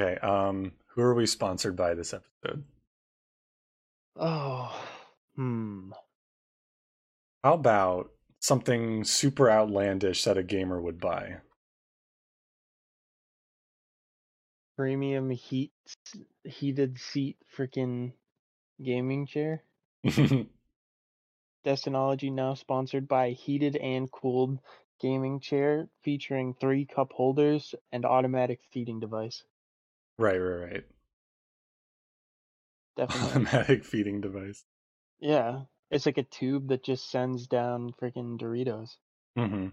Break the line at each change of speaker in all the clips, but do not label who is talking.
Okay, um, who are we sponsored by this episode?
Oh, hmm.
How about something super outlandish that a gamer would buy?
Premium heat heated seat freaking gaming chair. Destinology now sponsored by heated and cooled gaming chair featuring three cup holders and automatic feeding device.
Right, right, right.
Definitely.
Automatic feeding device.
yeah. It's like a tube that just sends down freaking Doritos.
Mm-hmm.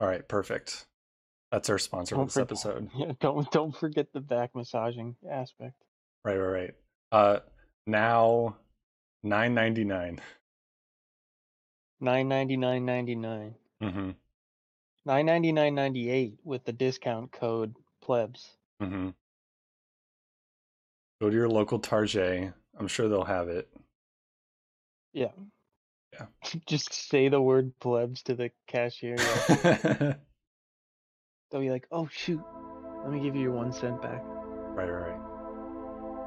All right, perfect. That's our sponsor for
Don't
this
forget-
episode.
Yeah, don't don't forget the back massaging aspect.
Right, right, right. Uh, now nine ninety nine.
Nine ninety nine ninety nine.
Mm-hmm.
Nine ninety nine ninety eight with the discount code plebs.
Mm-hmm. Go to your local Target. I'm sure they'll have it.
Yeah.
Yeah.
Just say the word plebs to the cashier. yeah.
right,
They'll be like, oh shoot, let me give you your one cent back.
right, right.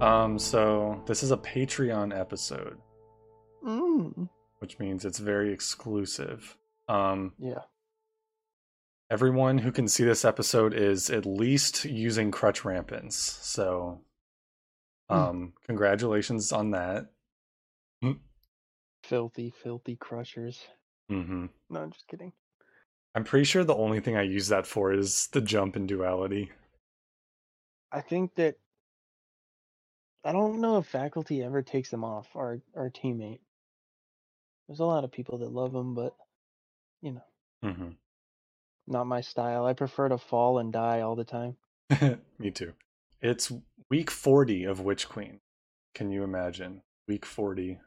Um, so this is a Patreon episode,
Mm.
which means it's very exclusive. Um,
Yeah.
everyone who can see this episode is at least using crutch rampants. So,
Hmm.
um, congratulations on that.
Filthy, filthy crushers.
hmm
No, I'm just kidding.
I'm pretty sure the only thing I use that for is the jump in duality.
I think that I don't know if faculty ever takes them off. Our our teammate. There's a lot of people that love him, but
hmm
not my style. I prefer to fall and die all the time.
Me too. It's week 40 of Witch Queen. Can you imagine? Week 40.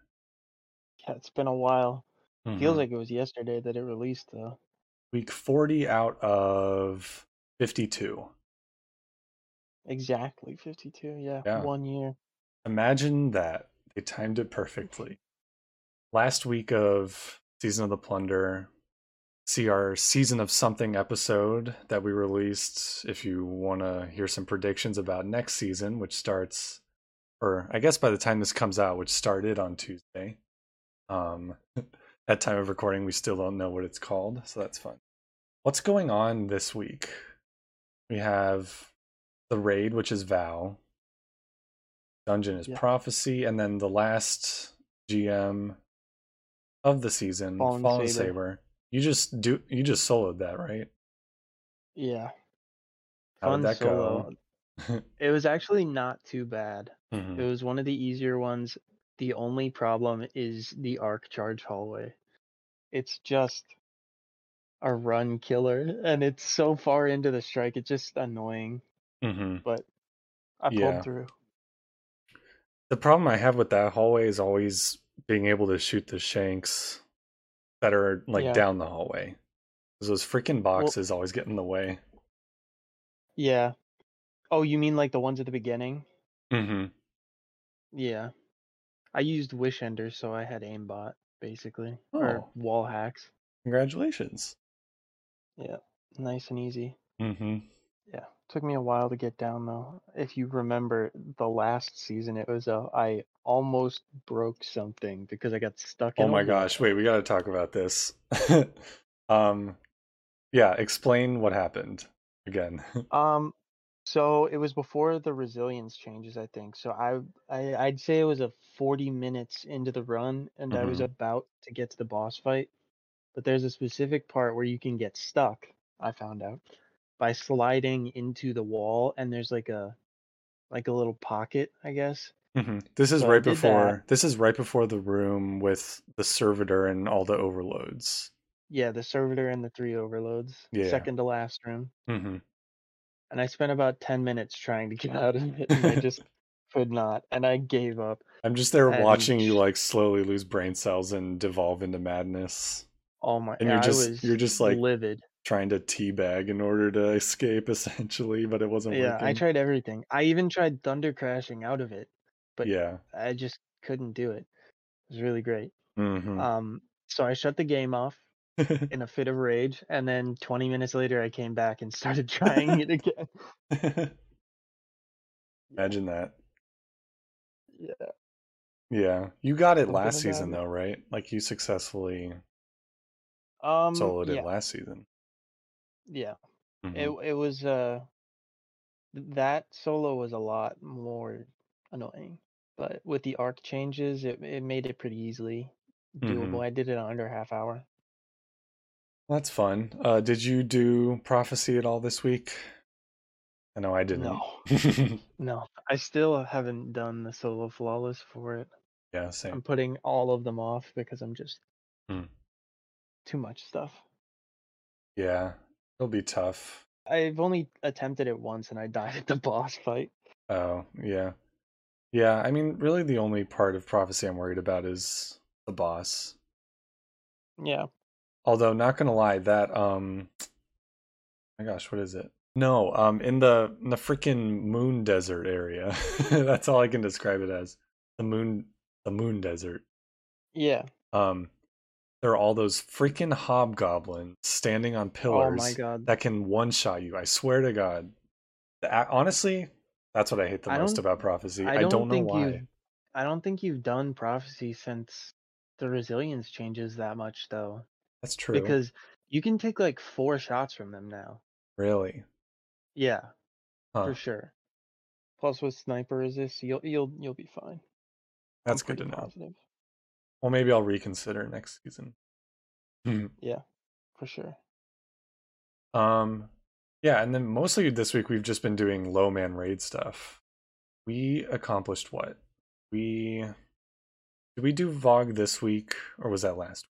Yeah, it's been a while.
Mhm.
Feels like it was yesterday that it released though.
week 40 out of 52.
Exactly 52. Yeah,
Yeah.
one year.
Imagine that. They timed it perfectly. Last week of Season of the Plunder, see our Season of Something episode that we released. If you want to hear some predictions about next season, which starts, or I guess by the time this comes out, which started on Tuesday, um, at time of recording, we still don't know what it's called. So that's fun. What's going on this week? We have the raid, which is Vow. Dungeon is
Yeah.
Prophecy, and then the last GM of the season,
Fallen
Fallen,
Saber.
Saber. You just do you just soloed that, right?
Yeah.
How
Fun
did that
solo.
go?
It was actually not too bad. It
Mhm.
was one of the easier ones. The only problem is the arc charge hallway. It's just a run killer, and it's so far into the strike. It's just annoying,
Mhm.
but I pulled
Yeah.
through.
The problem I have with that hallway is always being able to shoot the shanks that are like
Yeah.
down the hallway. 'Cause Those freaking
Well-
boxes always get in the way.
Yeah. Oh, you mean like the ones at the beginning?
Mm-hmm.
Yeah. I used wish ender, so I had aimbot basically, or
Oh.
wall hacks.
Congratulations.
Nice and easy.
Mm-hmm.
Yeah, took me a while to get down though. If you remember the last season, it was a I almost broke something because I got stuck.
Oh
in a
my
wall.
gosh, wait, we gotta talk about this. um yeah, explain what happened again.
Um, so it was before the resilience changes, I think. So I, I I'd say it was a forty minutes into the run, and I was
Mhm.
about to get to the boss fight, but there's a specific part where you can get stuck. I found out by sliding into the wall, and there's like a like a little pocket, I guess.
Mhm. This is
So I
right
did that.
before this is right before the room with the servitor and all the overloads.
Yeah, the servitor and the three overloads.
Yeah.
Second to last room.
Mhm.
And I spent about 10 minutes trying to get out of it. And I just could not, and I gave up.
I'm just there
And-
watching you like slowly lose brain cells and devolve into madness,
Oh my!
And you're
I
just-
was
you're just, like,
livid.
trying to teabag in order to escape essentially, but it wasn't
Yeah,
working.
I tried everything. I even tried thunder crashing out of it. but-
yeah.
I just couldn't do it. It was really great.
hmm
Um, so I shut the game off in a fit of rage, and then 20 minutes later, I came back and started trying it again.
Imagine that.
Yeah.
Yeah. You got it
Something
last season
about
though, right? Like you successfully
Um,
soloed
yeah,
it last season.
yeah.
Mhm.
It it was uh, th- that solo was a lot more annoying, but with the arc changes, it it made it pretty easily doable.
Mhm.
I did it in under a half hour.
That's fun. Uh, did you do prophecy at all this week? I know I didn't.
No, no, I still haven't done the solo flawless for it.
yeah,
I'm
same.
putting all of them off because I'm just
Hmm.
too much stuff.
Yeah, it'll be tough.
I've only attempted it once and I died at the boss fight.
Oh, yeah, yeah. I mean, really, the only part of prophecy I'm worried about is the boss.
Yeah.
Although, not gonna lie, that um, my gosh, what is it? No, um, in the in the freaking moon desert area. That's all I can describe it as. The moon, the moon desert.
Yeah.
um there are all those freaking hobgoblins standing on
Oh
pillars
my god.
that can one shot you i swear to god The- I- honestly that's what i hate the
I
most
don't-
about prophecy i don't, know
think
why
you've I don't think you've done prophecy since the resilience changes that much though.
that's true
Because you can take like four shots from them now.
really
Yeah,
huh.
for sure. Plus with sniper resist, you'll you'll you'll be fine. I'm
that's good to
pretty
know
Positive.
well maybe i'll reconsider next season Hmm.
For sure.
um yeah and then mostly this week we've just been doing low man raid stuff we accomplished what we did we do vog this week or was that last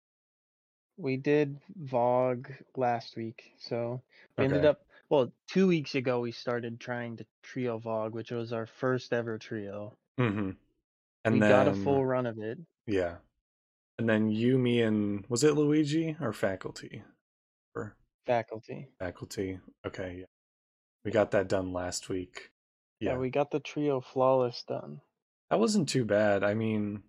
We did Vogue last week, so we ended
Okay.
up well, two weeks ago we started trying to trio Vogue, which was our first ever trio.
Mm-hmm. And
we
then
got a full run of it.
yeah, and then you, me, and was it Luigi or faculty? Or
Faculty.
faculty? Okay, yeah. We got that done last week.
Yeah.
Yeah,
we got the trio flawless done.
that wasn't too bad. I mean,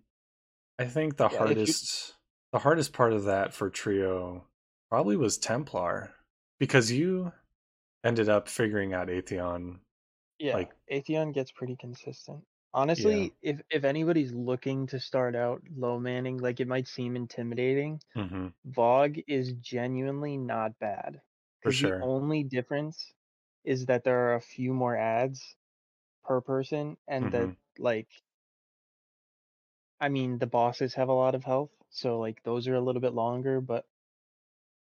I think the
if you-
hardest, the hardest part of that for trio probably was Templar because you ended up figuring out Atheon.
Yeah.
Like-
Atheon gets pretty consistent. Honestly, if if anybody's looking to start out low manning, like it might seem intimidating,
Mm-hmm.
Vogue is genuinely not bad.
For
'cause
sure.
The only difference is that there are a few more ads per person, and that
Mm-hmm.
like, I mean, the bosses have a lot of health, so like those are a little bit longer. But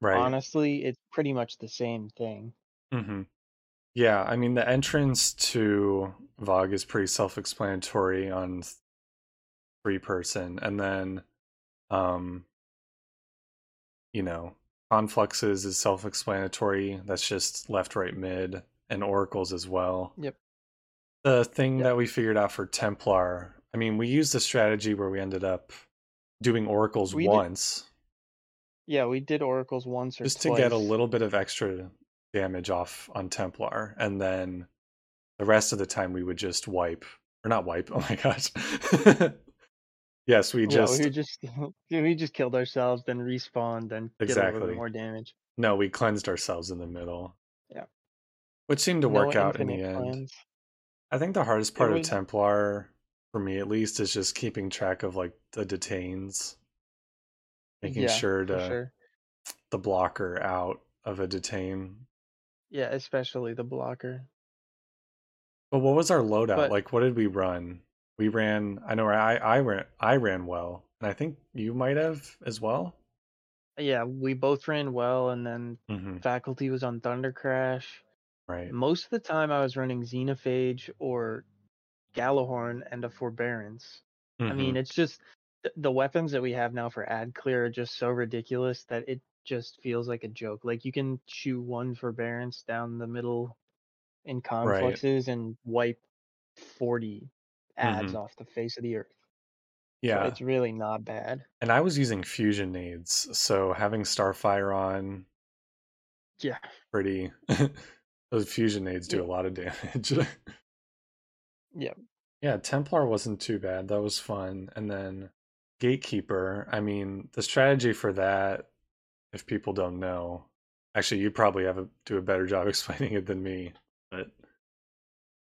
Right.
honestly, it's pretty much the same thing.
Mm-hmm. Yeah, I mean the entrance to Vogue is pretty self-explanatory on three person, and then, um, you know, Confluxes is self-explanatory. That's just left, right, mid, and Oracles as well.
Yep.
The thing
Yep.
that we figured out for Templar, I mean, we used a strategy where we ended up doing Oracles
We did-
once
Yeah, we did oracles once or
just to get a
twice.
little bit of extra damage off on Templar, and then the rest of the time we would just wipe or not wipe. Oh my gosh! yes, we just
yeah, we just we just killed ourselves, then respawned, then did a little
Exactly.
bit more damage.
no, we cleansed ourselves in the middle.
Yeah.
which seemed to
No
work out in the
infinite
end.
cleanse.
I think the hardest part
was-
of Templar, for me at least, is just keeping track of like the detains, making
Yeah,
sure
for
to
sure.
the blocker out of a detain.
Yeah, especially the blocker.
But what was our loadout?
But-
like what did we run? We ran I know I I ran I ran well. And I think you might have as well.
Yeah, we both ran well, and then
Mm-hmm.
faculty was on Thunder Crash.
Right.
Most of the time, I was running Xenophage or Galahorn and a Forbearance.
Mm-hmm.
I mean, it's just th- the weapons that we have now for ad clear are just so ridiculous that it just feels like a joke. Like you can chew one Forbearance down the middle in confluxes and wipe 40 ads off the face of the earth. So
Yeah.
it's really not bad.
and I was using fusion nades, so having Starfire on
Yeah,
pretty those fusion nades do a lot of damage.
Yep.
Yeah, Templar wasn't too bad. That was fun. And then Gatekeeper, I mean, the strategy for that, if people don't know, actually you probably have a do a better job explaining it than me. But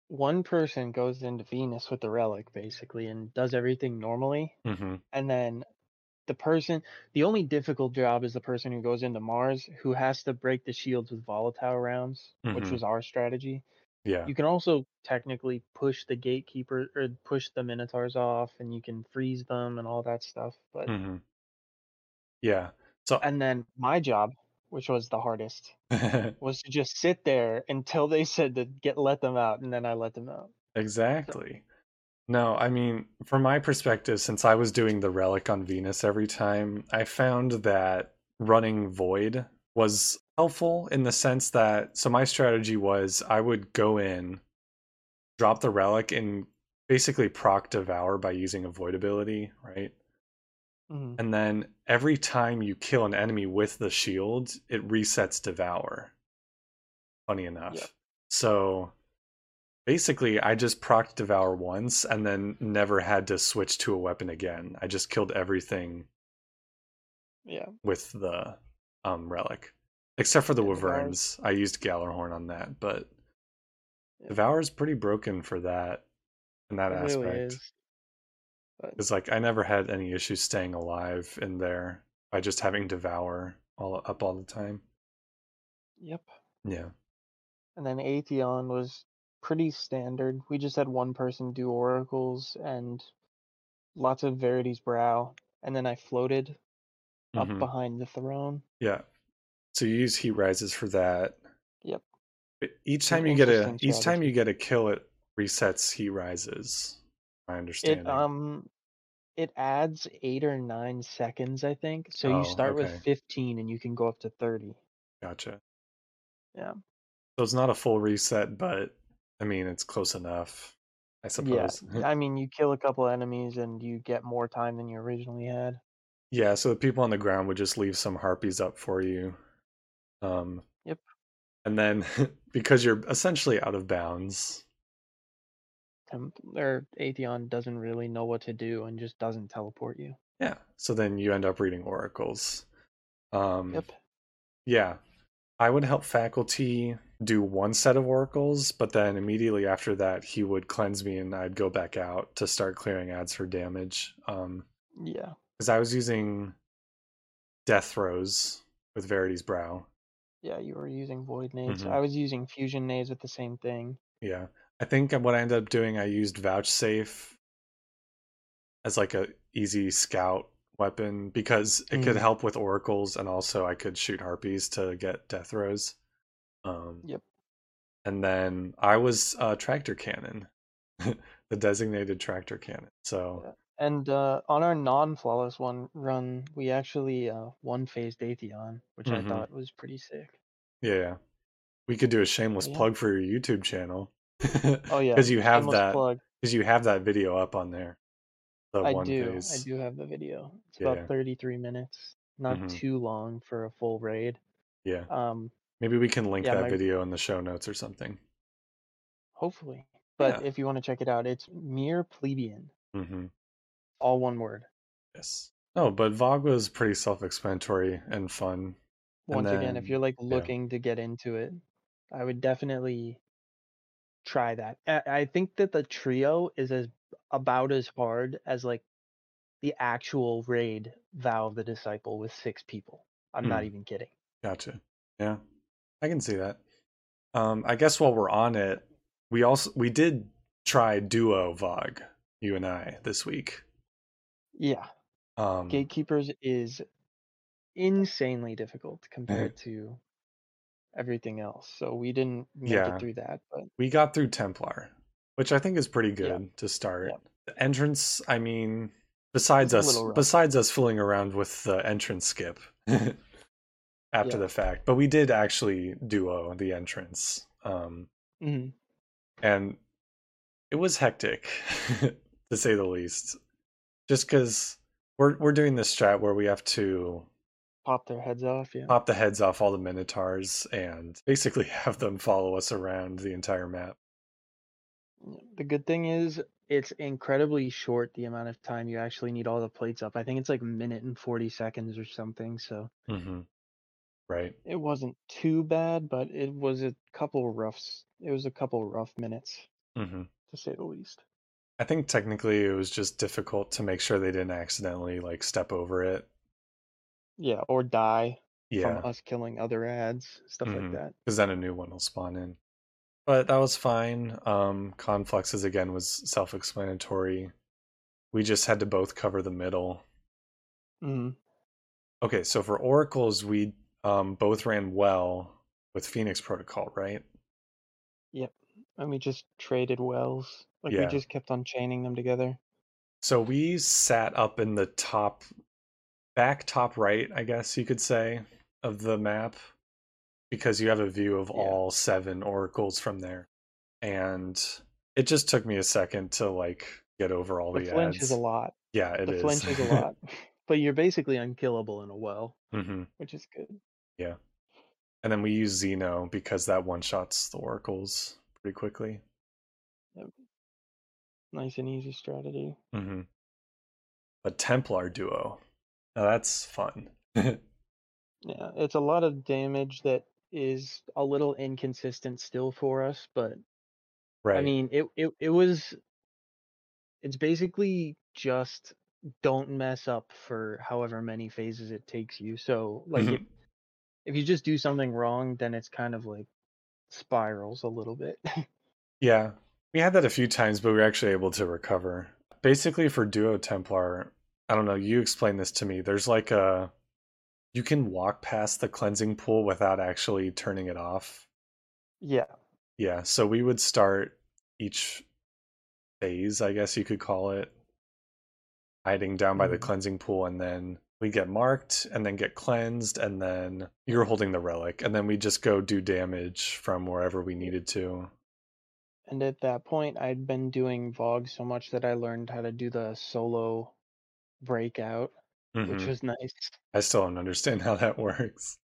one person goes into Venus with the relic basically and does everything normally,
Mhm.
and then the person the only difficult job is the person who goes into Mars who has to break the shields with volatile rounds, which
Mhm.
was our strategy.
yeah.
You can also technically push the gatekeeper or push the minotaurs off and you can freeze them and all that stuff. But
hmm Yeah. So
and then my job, which was the hardest, was to just sit there until they said to get let them out and then I let them out.
Exactly. No, I mean, from my perspective, since I was doing the relic on Venus every time, I found that running Void was helpful in the sense that so my strategy was I would go in, drop the relic, and basically proc Devour by using a Void ability, right?
Mhm.
And then every time you kill an enemy with the shield, it resets Devour. Funny enough.
Yep.
So basically, I just proc Devour once and then never had to switch to a weapon again. I just killed everything
Yeah.
with the um, relic, except for the
Yeah,
Wyverns.
Devour's-
I used Gallerhorn on that, but
Yeah.
Devour is pretty broken for that in that
It
aspect.
really is. But
It's like I never had any issues staying alive in there by just having devour all up all the time.
yep.
Yeah.
And then Atheon was pretty standard. We just had one person do oracles and lots of Verity's brow. And then I floated up
Mhm.
behind the throne.
Yeah. So you use heat rises for that.
Yep.
But each
an
time you get a
interesting
each time
strategy.
you get a kill, it resets heat rises. My understanding.
It um it adds eight or nine seconds, I think. So
Oh,
you start
okay.
with fifteen and you can go up to thirty.
gotcha.
Yeah.
So it's not a full reset, but I mean it's close enough. I suppose.
I mean you kill a couple enemies and you get more time than you originally had.
Yeah, so the people on the ground would just leave some harpies up for you. Um,
Yep.
And then because you're essentially out of bounds,
Temp- or Atheon doesn't really know what to do and just doesn't teleport you.
yeah. So then you end up reading oracles. Um,
Yep.
Yeah. I would help faculty do one set of oracles, but then immediately after that, he would cleanse me and I'd go back out to start clearing ads for damage. Um,
Yeah.
because I was using death throws with Verity's brow.
Yeah, you were using void nades.
Mhm.
I was using fusion nades with the same thing.
Yeah. I think what I ended up doing, I used vouchsafe as like a easy scout weapon because it could
Mm.
help with oracles and also I could shoot harpies to get death rows. Um,
Yep.
And then I was uh, tractor cannon, the designated tractor cannon. So
And uh, on our non-flawless one run, we actually uh, one-phased Atheon, which
Mhm.
I thought was pretty sick.
yeah, we could do a shameless
Yeah.
plug for your YouTube channel.
Oh yeah,
because you have
shameless
that
plug.
because you have that video up on there. The
I
one
do.
phase.
I do have the video. It's
Yeah.
about 33 minutes. Not
Mhm.
too long for a full raid.
Yeah.
Um,
Maybe we can link
Yeah,
that
my-
video in the show notes or something.
hopefully. But
Yeah.
if you want to check it out, it's mere plebeian,
Mm-hmm.
all one word.
Yes. Oh, but Vogue was pretty self-explanatory and fun. And
once again if
then-
you're like
yeah.
looking to get into it i would definitely try that I, I think that the trio is as about as hard as like the actual raid vow of the disciple with six people i'm not
Hmm.
even kidding
Gotcha. Yeah, I can see that. Um, I guess while we're on it, we also we did try duo Vogue, you and I this week.
yeah
Um,
gatekeepers is insanely difficult compared
Mm-hmm.
to everything else so we didn't make
Yeah.
it through that but
we got through Templar, which I think is pretty good to start.
Yeah.
The entrance, I mean, besides
It's a
us,
little rough.
besides us fooling around with the entrance skip after
Yeah.
the fact, but we did
mm-hmm,
actually duo the entrance. Um,
mhm,
and it was hectic to say the least. Just because we're we're doing this strat where we have to
Pop their heads off, yeah.
pop the heads off all the minotaurs and basically have them follow us around the entire map.
The good thing is it's incredibly short the amount of time you actually need all the plates up. I think it's like a minute and 40 seconds or something, so
Mm-hmm. Right.
it wasn't too bad, but it was a couple roughs. It was a couple rough minutes
Mm-hmm.
to say the least.
I think technically it was just difficult to make sure they didn't accidentally like step over it.
Yeah, or die
Yeah,
from us killing other ads, stuff
Mhm.
like that.
because then a new one will spawn in. But that was fine. Um, Confluxes again was self-explanatory. We just had to both cover the middle.
Mm.
Okay, so for oracles, we um, both ran well with Phoenix Protocol, right?
And we just traded wells. Like
Yeah.
we just kept on chaining them together.
So we sat up in the top, back top right, I guess you could say, of the map, because you have a view of
Yeah.
all seven oracles from there. And it just took me a second to like get over all
The
the,
flinch
ads.
is a lot.
Yeah, Oh, it
the
is.
flinch is a lot. But you're basically unkillable in a well,
hmm
which is good.
And then we use Xeno because that one shots the oracles pretty quickly.
Nice and easy strategy.
hmm But Templar duo, now that's fun.
Yeah, it's a lot of damage that is a little inconsistent still for us, but
right.
I mean, it, it it was. It's basically just don't mess up for however many phases it takes you. So like
Mm-hmm.
if, if you just do something wrong, then it's kind of like spirals a little bit.
Yeah, we had that a few times, but we were actually able to recover. Basically, for Duo Templar, I don't know, you explained this to me. There's like a. You can walk past the cleansing pool without actually turning it off.
yeah,
Yeah, so we would start each phase, I guess you could call it, hiding down by the
Mhm.
cleansing pool, and then we get marked, and then get cleansed, and then you're holding the relic, and then we just go do damage from wherever we needed to.
and at that point, I'd been doing Vogue so much that I learned how to do the solo breakout, which
Mhm.
was nice.
I still don't understand how that works.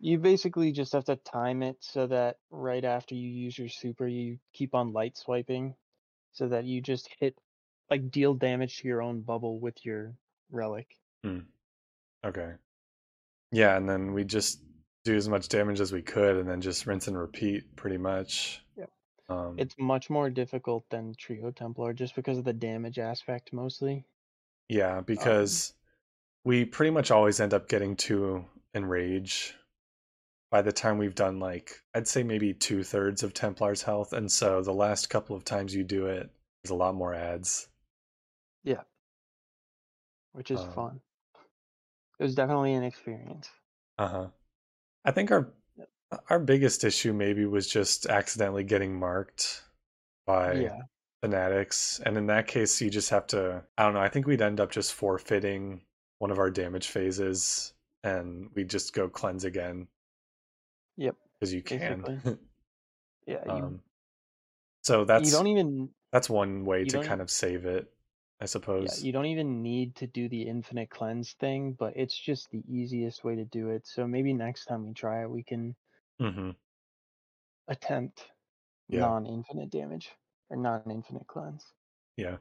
You basically just have to time it so that right after you use your super, you keep on light swiping so that you just hit, like, deal damage to your own bubble with your relic.
Okay. Yeah, and then we just do as much damage as we could and then just rinse and repeat pretty much.
Yep.
Um
It's much more difficult than Trio Templar just because of the damage aspect mostly.
yeah,
um
because we pretty much always end up getting to enrage by the time we've done like I'd say maybe two thirds of Templar's health, and so the last couple of times you do it, there's a lot more ads.
Which is
Um,
fun. It was definitely an experience.
Uh-huh. I think our
Yep.
our biggest issue maybe was just accidentally getting marked by
Yeah.
fanatics and in that case you just have to i don't know i think we'd end up just forfeiting one of our damage phases and we just go cleanse again
Yep,
because you can
basically. Yeah. You,
um, so
you
that's
don't even
that's one way
you
to
don't
kind of save it i
yeah,
suppose
you don't even need to do the infinite cleanse thing, but it's just the easiest way to do it. So maybe next time we try it, we can
hmm
attempt
Yeah.
non-infinite damage or non-infinite cleanse.
yeah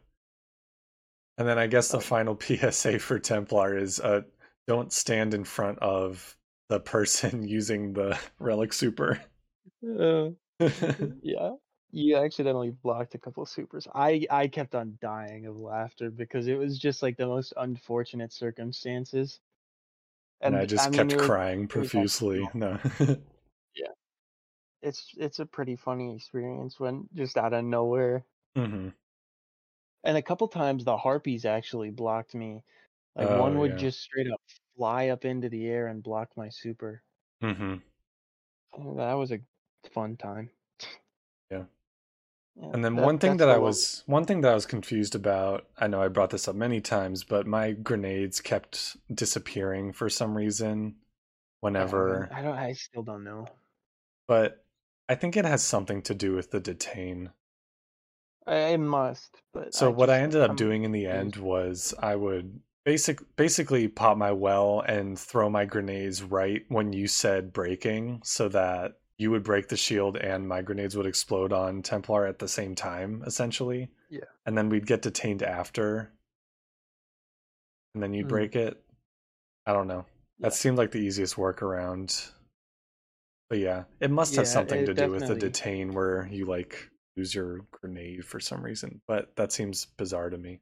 and then i guess the
Um,
final psa for templar is uh don't stand in front of the person using the relic super Uh,
yeah, you accidentally blocked a couple supers. I I kept on dying of laughter because it was just like the most unfortunate circumstances.
and i
th-
just kept
mean, it was-
crying
was
profusely no
it's it's a pretty funny experience when just out of nowhere
hmm
and a couple times the harpies actually blocked me like one
Oh,
would
yeah.
just straight up fly up into the air and block my super
hmm
And that was a fun time
Yeah.
Yeah,
And then
that-
one thing that
that's the
I
lo-
was one thing that I was confused about, I know I brought this up many times, but my grenades kept disappearing for some reason
I don't know.
whenever
I don't I still don't know
but I think it has something to do with the detain.
I must. But
So what I
just-
ended up
I'm-
doing in the end was I would basic basically pop my well and throw my grenades right when you said breaking so that you would break the shield and my grenades would explode on Templar at the same time essentially.
Yeah.
And then we'd get detained after. And then you
Mm.
break it. I don't know. That
Yeah.
seemed like the easiest workaround. But yeah, it must have
Yeah,
something
it
to do with the
definitely-
detain where you like lose your grenade for some reason. But that seems bizarre to me.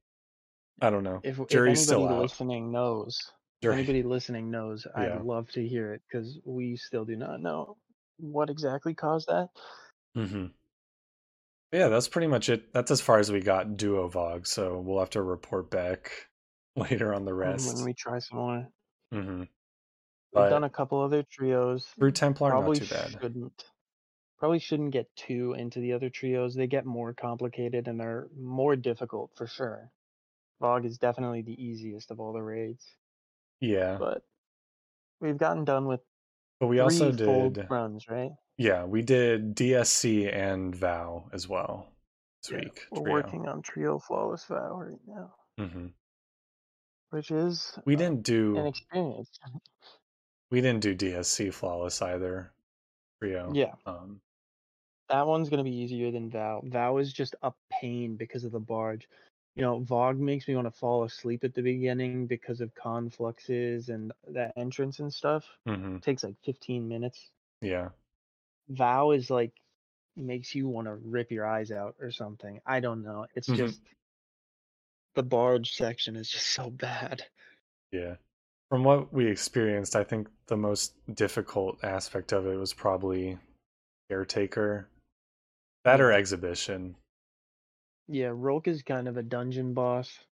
I don't know.
If, if anybody
Jury's still out.
listening knows, if
Jury-
anybody listening knows,
Yeah.
I'd love to hear it because we still do not know what exactly caused that.
Mhm. But Yeah, that's pretty much it. That's as far as we got Duovog, so we'll have to report back later on the
um,
rest.
When we try some more,
Mhm.
we've done
But
a couple other trios.
through Templar, not
Probably
too bad.
shouldn't. Probably shouldn't get too into the other trios. They get more complicated and they're more difficult for sure. Vogue is definitely the easiest of all the raids,
Yeah,
but we've gotten done with
but we
three
also
full
did.
runs, right?
Yeah, we did DSC and Vow as well this
Yeah,
week.
We're working on Trio Flawless Vow right now,
hmm
which is
We
uh,
didn't do
an experience.
we didn't do DSC flawless either. Trio.
Yeah,
Um,
that one's gonna be easier than Vow. Vow is just a pain because of the barge. You know, Vogue makes me want to fall asleep at the beginning because of confluxes and that entrance and stuff.
mhm,
takes like 15 minutes.
Yeah.
Vow is like makes you want to rip your eyes out or something. I don't know. It's
Mhm.
just the barge section is just so bad.
Yeah. From what we experienced, I think the most difficult aspect of it was probably caretaker. That or exhibition.
Yeah, Rolk is kind of a dungeon boss.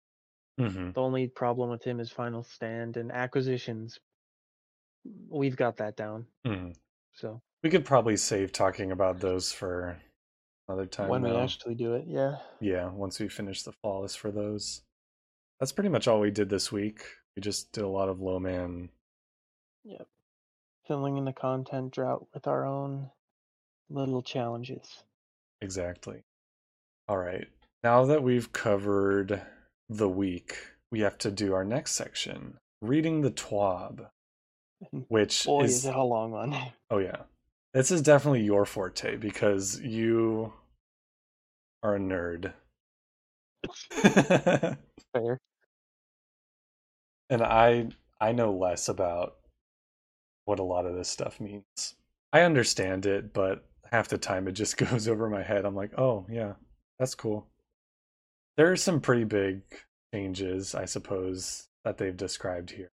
hmm
The only problem with him is Final Stand and acquisitions. We've got that down.
hmm
So
We could probably save talking about those for another time.
when we
though.
actually do it, yeah.
Yeah, once we finish the flawless for those. That's pretty much all we did this week. We just did a lot of low man.
Yep. Filling in the content drought with our own little challenges.
Exactly. All right. Now that we've covered the week, we have to do our next section, reading the TWAB, which
Mm-hmm. Boy,
is,
is it a long one.
oh yeah, this is definitely your forte because you are a nerd,
Fair.
and I I know less about what a lot of this stuff means. I understand it, but half the time it just goes over my head. I'm like, oh yeah, that's cool. There are some pretty big changes, I suppose, that they've described here.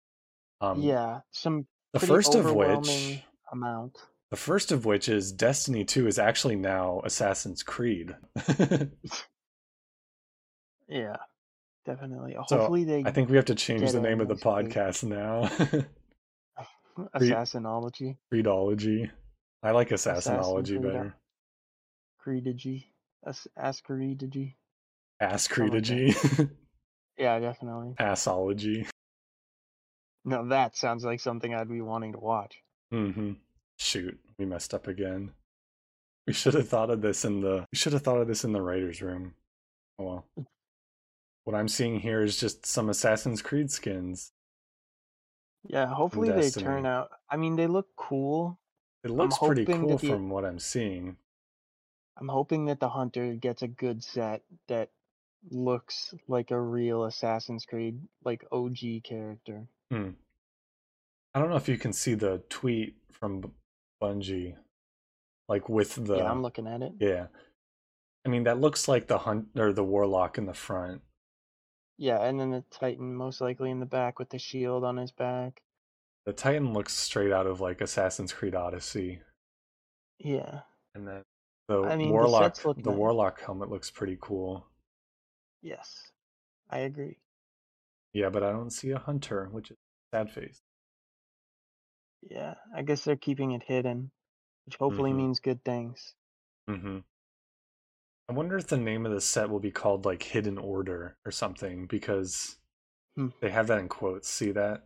Um,
yeah, some
The
pretty
first of
overwhelming-
which,
amount.
the first of which is Destiny 2 is actually now Assassin's Creed. I
Yeah, definitely.
So,
Hopefully they
think we have to change
Get
the
it,
name of the
basically.
podcast now. we-
assassinology,
Creedology. I like
Assassin
Assassinology
Creed.
better.
creedigy, as ascreedigy.
Ass
Something like
Creedogy.
Yeah, definitely.
Assology.
Now that sounds like something I'd be wanting to watch.
hmm Shoot, we messed up again. We should have thought of this in the we should have thought of this in the writers' room. Oh well. What I'm seeing here is just some Assassin's Creed skins.
Yeah, hopefully they turn
Destiny.
out. I mean, they look cool.
It looks pretty
hoping
cool
that the-
from what I'm seeing.
I'm hoping that the hunter gets a good set that looks like a real Assassin's Creed, like OG character.
I don't know if you can see the tweet from B- Bungie, like with the
yeah, I'm looking at it.
yeah. I mean, that looks like the hunt or the warlock in the front.
Yeah, and then the Titan most likely in the back with the shield on his back.
The Titan looks straight out of like Assassin's Creed Odyssey,
Yeah.
and then the
I mean, the
warlock
sets
the,
look nice.
warlock helmet looks pretty cool.
Yes, I agree.
Yeah, but I don't see a hunter, which is sad face.
Yeah, I guess they're keeping it hidden, which hopefully
Mhm.
means good things.
Mm-hmm. I wonder if the name of the set will be called like Hidden Order or something because
Hmm.
they have that in quotes. See that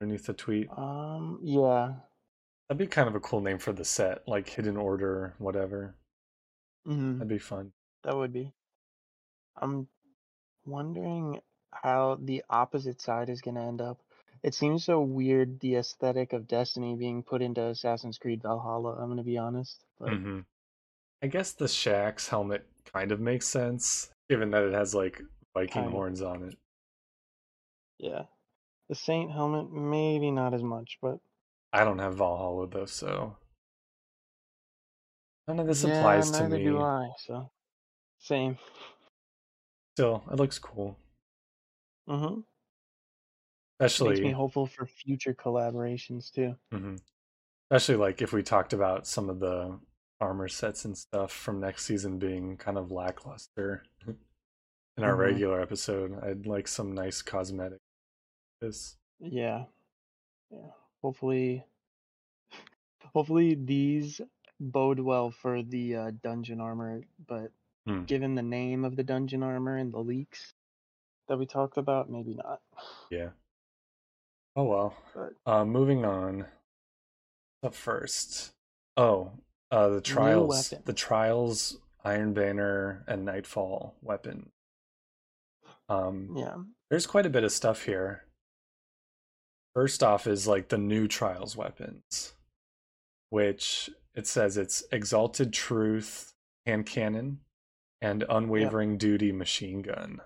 underneath the tweet.
Um, yeah.
That'd be kind of a cool name for the set, like Hidden Order, whatever.
mhm.
That'd be fun.
that would be. I'm wondering how the opposite side is going to end up. It seems so weird the aesthetic of Destiny being put into Assassin's Creed Valhalla. I'm going to be honest, but
Mhm. I guess the Shaxx helmet kind of makes sense, given that it has like Viking
Kind of.
horns on it.
yeah, the Saint helmet maybe not as much, but
I don't have Valhalla though, so none of this
yeah,
applies to
neither
me.
do I. So same.
Still, it looks cool,
Mm-hmm. Makes
especially
me hopeful for future collaborations too.
mhm. especially like if we talked about some of the armor sets and stuff from next season being kind of lackluster in our
Mhm.
regular episode. I'd like some nice cosmetic. This
Yeah. Yeah. Hopefully hopefully these bode well for the uh, dungeon armor, but
Hmm.
given the name of the dungeon armor and the leaks that we talked about, maybe not.
Yeah. Oh well.
But-
Uh, moving on. The first. Oh, uh, the trials.
weapon.
The trials. Iron Banner and Nightfall weapon. Um,
Yeah.
there's quite a bit of stuff here. First off, is like the new trials weapons, which it says it's Exalted Truth hand cannon and Unwavering Duty machine gun.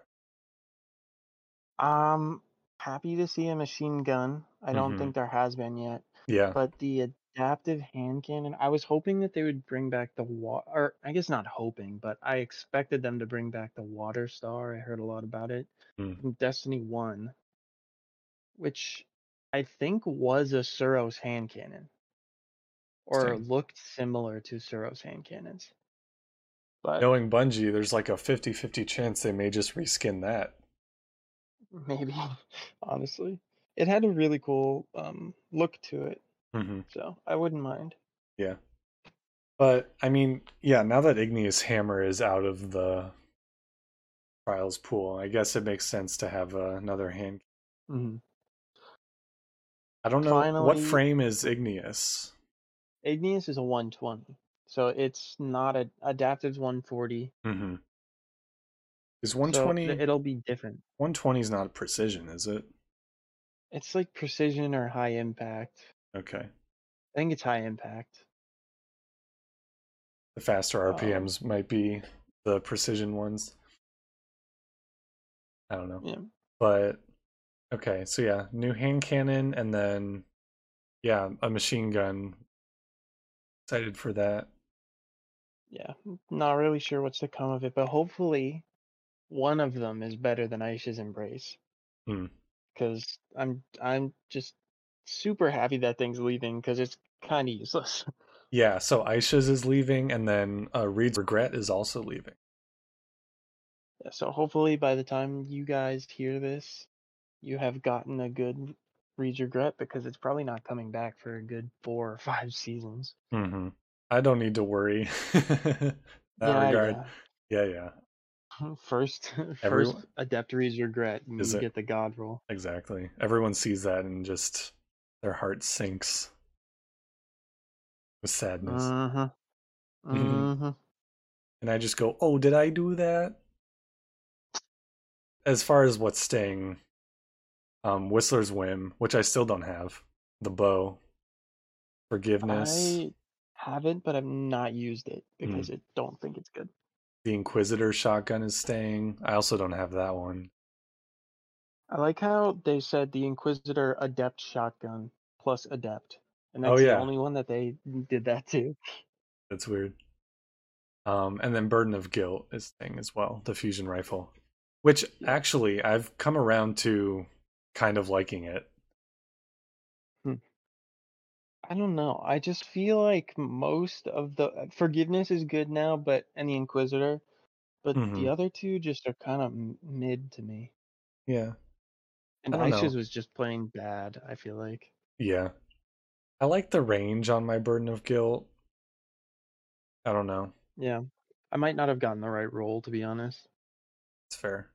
Um happy to see a machine gun. I don't
Mhm.
think there has been yet,
Yeah.
but the adaptive hand cannon, I was hoping that they would bring back the water or I guess not hoping, but I expected them to bring back the water star. I heard a lot about it.
Mm.
from Destiny 1, which I think was a Suros hand cannon or
Interesting.
looked similar to Suros hand cannons. But
Knowing Bungie, there's like a 50 50 chance they may just reskin that.
maybe, honestly, it had a really cool um, look to it,
Mm-hmm.
so I wouldn't mind.
But I mean, yeah, now that Igneous Hammer is out of the trials pool, I guess it makes sense to have uh, another hand. Mm-hmm. I don't know what
Finally-
frame is Igneous.
Igneous is a 120, so it's not a adaptive's 140.
Mm-hmm. Is
so th-
120
it'll be different.
120 is not precision, is it?
It's like precision or high impact.
Okay.
I think it's high impact.
The faster
Um,
RPMs might be the precision ones. I don't know.
Yeah.
But okay, so yeah, new hand cannon and then yeah, a machine gun. Excited for that.
yeah, n- not really sure what's to come of it, but hopefully one of them is better than Aisha's embrace.
Hmm.
Because I'm I'm just super happy that thing's leaving because it's kind of useless.
Yeah, so Aisha's is leaving, and then uh, Reed's regret is also leaving.
Yeah, so hopefully by the time you guys hear this, you have gotten a good Reed's regret because it's probably not coming back for a good four or five seasons.
Mm-hmm. I don't need to worry. that regard. Yeah, yeah,
yeah. First, first
Everyone-
adept Reed's regret, and
Is
you
it-
get the god roll.
exactly. Everyone sees that and just their heart sinks with sadness.
hmm
Mm-hmm.
hmm
And I just go, "Oh, did I do that?" As far as what's staying, um, Whistler's whim, which I still don't have, the bow, forgiveness,
I haven't, but I've not used it
Hmm.
because I don't think it's good.
the Inquisitor shotgun is staying. I also don't have that one.
I like how they said the Inquisitor Adept shotgun plus Adept, and
Oh,
that's
yeah.
the only one that they did that to.
That's weird. Um, and then Burden of Guilt is thing as well, the fusion rifle, which
Yeah.
actually I've come around to kind of liking it.
I don't know. I just feel like most of the uh, forgiveness is good now, but and the Inquisitor, but the
Mhm.
other two just are kind of m- mid to me.
Yeah,
And
I don't
Aisha's
know.
was just playing bad. I feel like.
yeah. I like the range on my Burden of Guilt. I don't know.
Yeah, I might not have gotten the right role to be honest.
It's fair,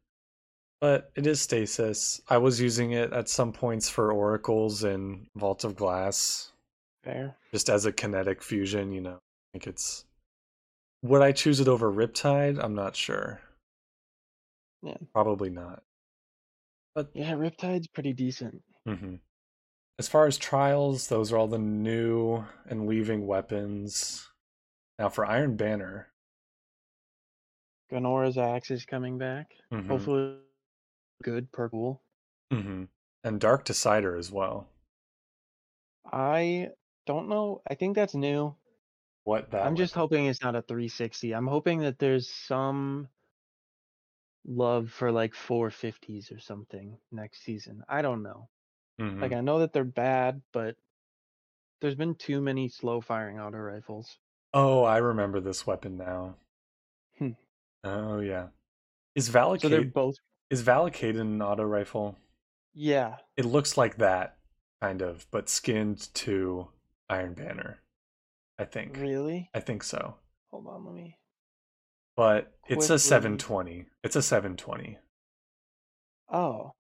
but it is stasis. I was using it at some points for oracles and Vault of Glass,
Fair.
just as a kinetic fusion. You know, I think it's Would I choose it over Riptide? I'm not sure.
Yeah.
Probably not.
Yeah, Riptide's pretty decent.
hmm As far as trials, those are all the new and leaving weapons. Now for Iron Banner,
Gonora's axe is coming back.
mhm,
Hopefully, good purple.
mhm, and Dark Decider as well.
I don't know. I think that's new.
What that?
I'm just
weapon-
hoping it's not a 360. I'm hoping that there's some love for like 450s or something next season. I don't know.
Mhm.
Like I know that they're bad, but there's been too many slow firing auto rifles.
Oh, I remember this weapon now.
Hmm.
Oh yeah. Is Valakade
So they're both
is Valakade an auto rifle?
yeah.
It looks like that, kind of, but skinned to Iron Banner. I think.
Really?
I think so.
Hold on, let me.
But it's a
Quickly.
720. It's a 720.
Oh.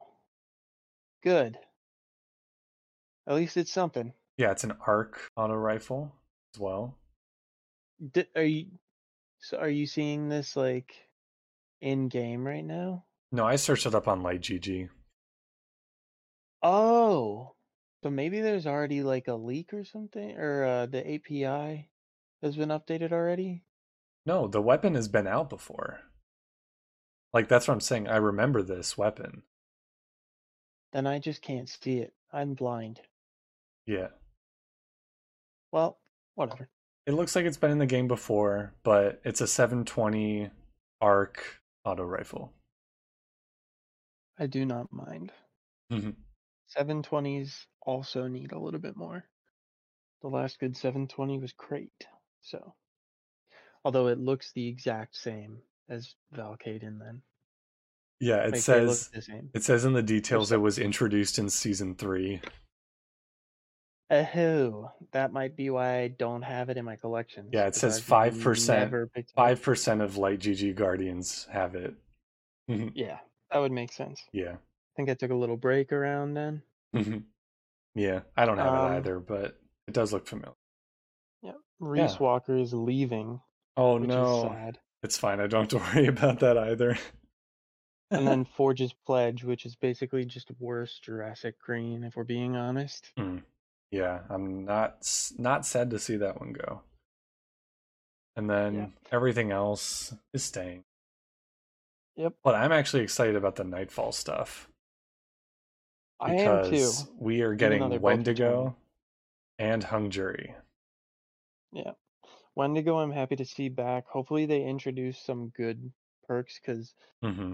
Good. At least it's something.
Yeah, it's an arc auto rifle as well.
D- are you so are you seeing this like in game right now?
No, I searched it up on LightGG.
Oh, so maybe there's already like a leak or something, or uh, the API has been updated already.
No, the weapon has been out before. Like that's what I'm saying. I remember this weapon.
Then I just can't see it. I'm blind.
Yeah.
Well, whatever.
It looks like it's been in the game before, but it's a 720 arc auto rifle.
I do not mind.
Mhm.
720s also need a little bit more. The last good 720 was crate, so. Although it looks the exact same as Valkaden, then.
Yeah, it
Like, they look
says
the same.
it says in the details it was introduced in season 3.
Oh, that might be why I don't have it in my collection.
Yeah, it
because
says
I've
5%,
never picked it up.
5% of light GG guardians have it. Mhm.
Yeah, that would make sense. I
yeah.
think I took a little break around then.
Mhm. yeah, I don't have
Um,
it either, but it does look familiar.
Reese
Yeah.
Walker is leaving,
Oh
which is
no.
sad.
It's fine. I don't have to worry about that either.
And then Forge's Pledge, which is basically just worse Jurassic Green, if we're being honest.
Yeah, I'm not s- not sad to see that one go. And then
Yeah.
everything else is staying.
Yep.
But I'm actually excited about the Nightfall stuff
I am too.
because we are
though they're
getting
both
Wendigo
returning.
and Hung Jury.
Wendigo, I'm happy to see back. Hopefully, they introduce some good perks because
hmm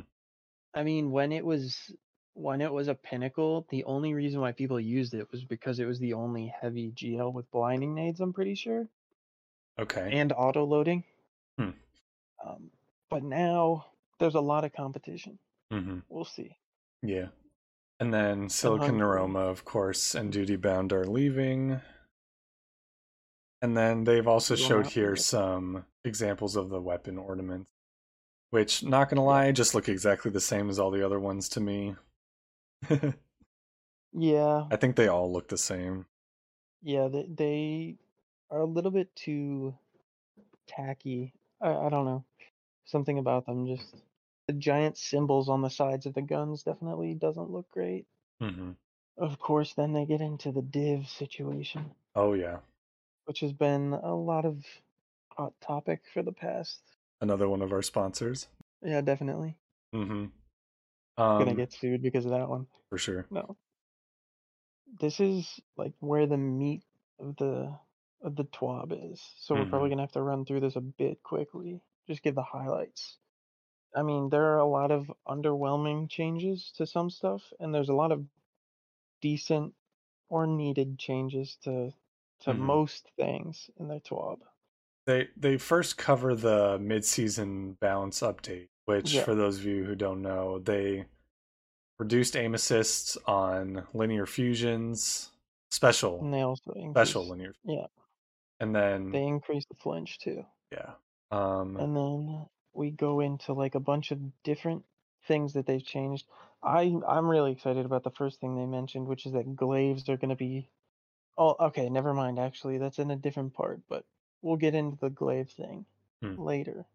I mean, when it was when it was a pinnacle, the only reason why people used it was because it was the only heavy GL with blinding nades. I'm pretty sure,
Okay.
and auto loading.
Hmm.
Um, but now there's a lot of competition.
hmm
We'll see.
Yeah. And then Silicon
Jury.
Aroma, of course, and Duty Bound are leaving. And then they've also
Will
showed
not
here
leave.
some examples of the weapon ornaments, which, not gonna lie, just look exactly the same as all the other ones to me. I
Yeah,
think they all look the same.
yeah, they, they are a little bit too tacky. I, I don't know. Something about them just the giant symbols on the sides of the guns definitely doesn't look great.
hmm
Of course, then they get into the div situation.
Oh, yeah.
which has been a lot of hot topic for the past.
Another one of our sponsors.
Yeah, definitely.
Mm-hmm.
I'm
Um,
gonna get sued because of that one.
for sure.
No. This is like where the meat of the of the twab is. So we're
Mm-hmm.
probably gonna have to run through this a bit quickly. Just give the highlights. I mean, there are a lot of underwhelming changes to some stuff, and there's a lot of decent or needed changes to to
Mhm.
most things in the twab.
They they first cover the mid-season balance update, which
Yeah.
for those of you who don't know, they reduced aim assists on linear fusions, special
And they also increase,
special linear.
yeah.
And then
they increase the flinch too.
yeah. Um
And then we go into like a bunch of different things that they've changed. I I'm really excited about the first thing they mentioned, which is that glaives are going to be. Oh, okay, never mind. Actually, that's in a different part, but we'll get into the glaive thing.
Hmm.
later.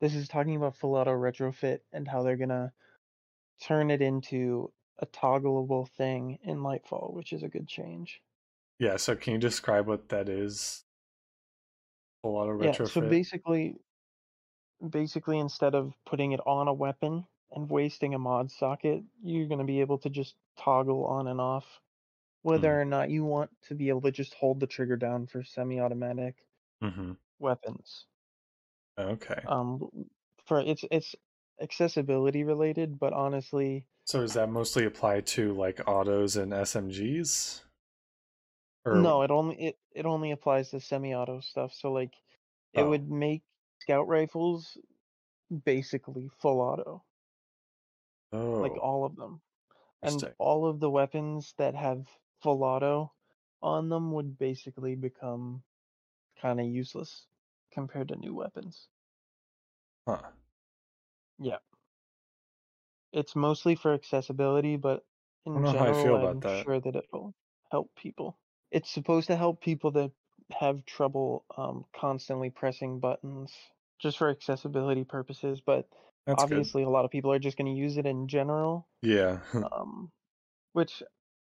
This is talking about full auto retrofit and how they're gonna turn it into a toggleable thing in Lightfall, which is a good change.
Yeah, so can you describe what that is? Full auto
Yeah,
retrofit.
so basically, basically instead of putting it on a weapon and wasting a mod socket, you're going to be able to just toggle on and off
Hmm.
whether or not you want to be able to just hold the trigger down for semi-automatic
Mhm.
weapons.
Okay.
Um, for it's it's accessibility related, but honestly,
So does that mostly apply to like autos and SMGs? Or
no, it only it, it only applies to semi-auto stuff. So like, it
Oh.
would make scout rifles basically full auto.
oh,
like all of them. And
Interesting.
all of the weapons that have full auto on them would basically become kind of useless compared to new weapons.
huh.
It's mostly for accessibility, but in
don't know how I
general,
feel
I'm
about that.
sure that it'll help people. It's supposed to help people that have trouble um, constantly pressing buttons just for accessibility purposes, but
That's
obviously, a lot of people are just going to use it in general.
good. Yeah.
um, which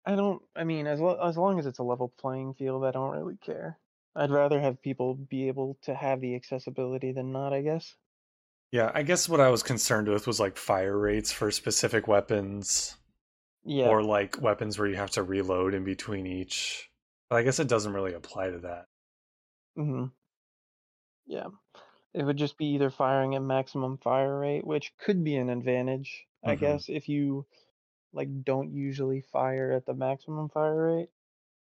I don't. I mean, as lo- as long as it's a level playing field, I don't really care. I'd rather have people be able to have the accessibility than not. I guess.
yeah, I guess what I was concerned with was like fire rates for specific weapons
Yeah.
or like weapons where you have to reload in between each. But I guess it doesn't really apply to that.
hmm Yeah. It would just be either firing at maximum fire rate, which could be an advantage, I
Mhm.
guess, if you like don't usually fire at the maximum fire rate,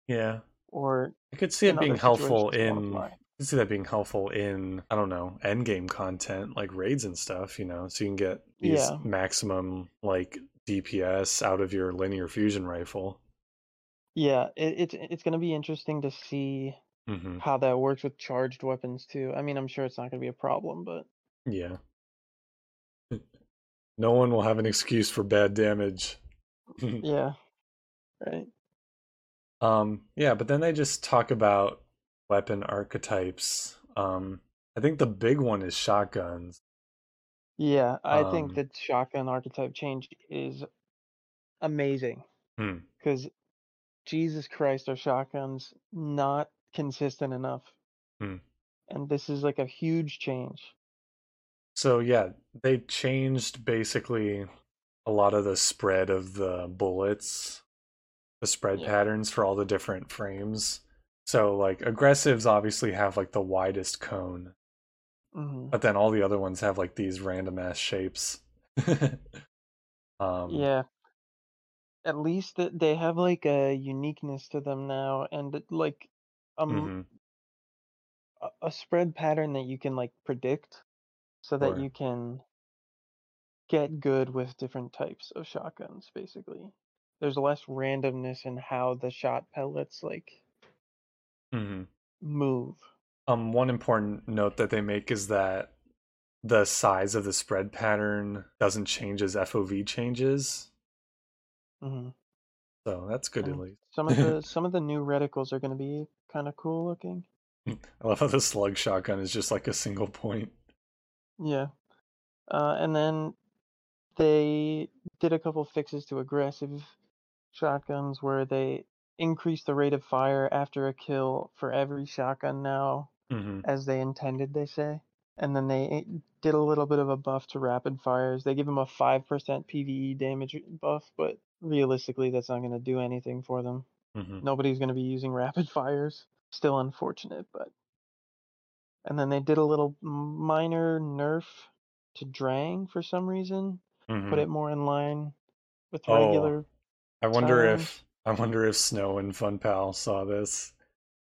Yeah.
or
I could see it
In
being
other
helpful
situations, it
in
won't
I
apply.
could see that being helpful in I don't know, end game content like raids and stuff, you know, so you can get these
Yeah.
maximum like DPS out of your linear fusion rifle.
yeah, it, it's it's going to be interesting to see
hmm
how that works with charged weapons too. I mean, I'm sure it's not going to be a problem, but
Yeah. no one will have an excuse for bad damage.
yeah, right.
Um, yeah, but then they just talk about weapon archetypes. Um, I think the big one is shotguns.
Yeah, I think
Um,
that shotgun archetype change is amazing
Hmm.
because Jesus Christ, are shotguns not consistent enough?
Hmm.
And this is like a huge change.
So yeah, they changed basically a lot of the spread of the bullets, the spread
Yeah.
patterns for all the different frames. So like aggressives obviously have like the widest cone,
hmm
but then all the other ones have like these random ass shapes. um
Yeah, at least that they have like a uniqueness to them now, and it, like um
mhm,
a a spread pattern that you can like predict, so that
sure.
you can get good with different types of shotguns basically there's less randomness in how the shot pellets like
mhm.
move
Um, one important note that they make is that the size of the spread pattern doesn't change as FOV changes.
hmm
So that's good at
and
least.
some of the some of the new reticles are going to be kind of cool looking
I love how the slug shotgun is just like a single point.
yeah uh, and then they did a couple fixes to aggressive shotguns where they increased the rate of fire after a kill for every shotgun now
hmm
as they intended, they say. And then they eh, did a little bit of a buff to rapid fires. They give them a 5% PvE E damage buff, but realistically, that's not going to do anything for them.
hmm
Nobody's going to be using rapid fires. Still unfortunate, but. And then they did a little minor nerf to Drang for some reason, put
hmm
it more in line with
Oh,
regular.
I wonder if
Sounds-
I wonder if Snow and Fun Pal saw this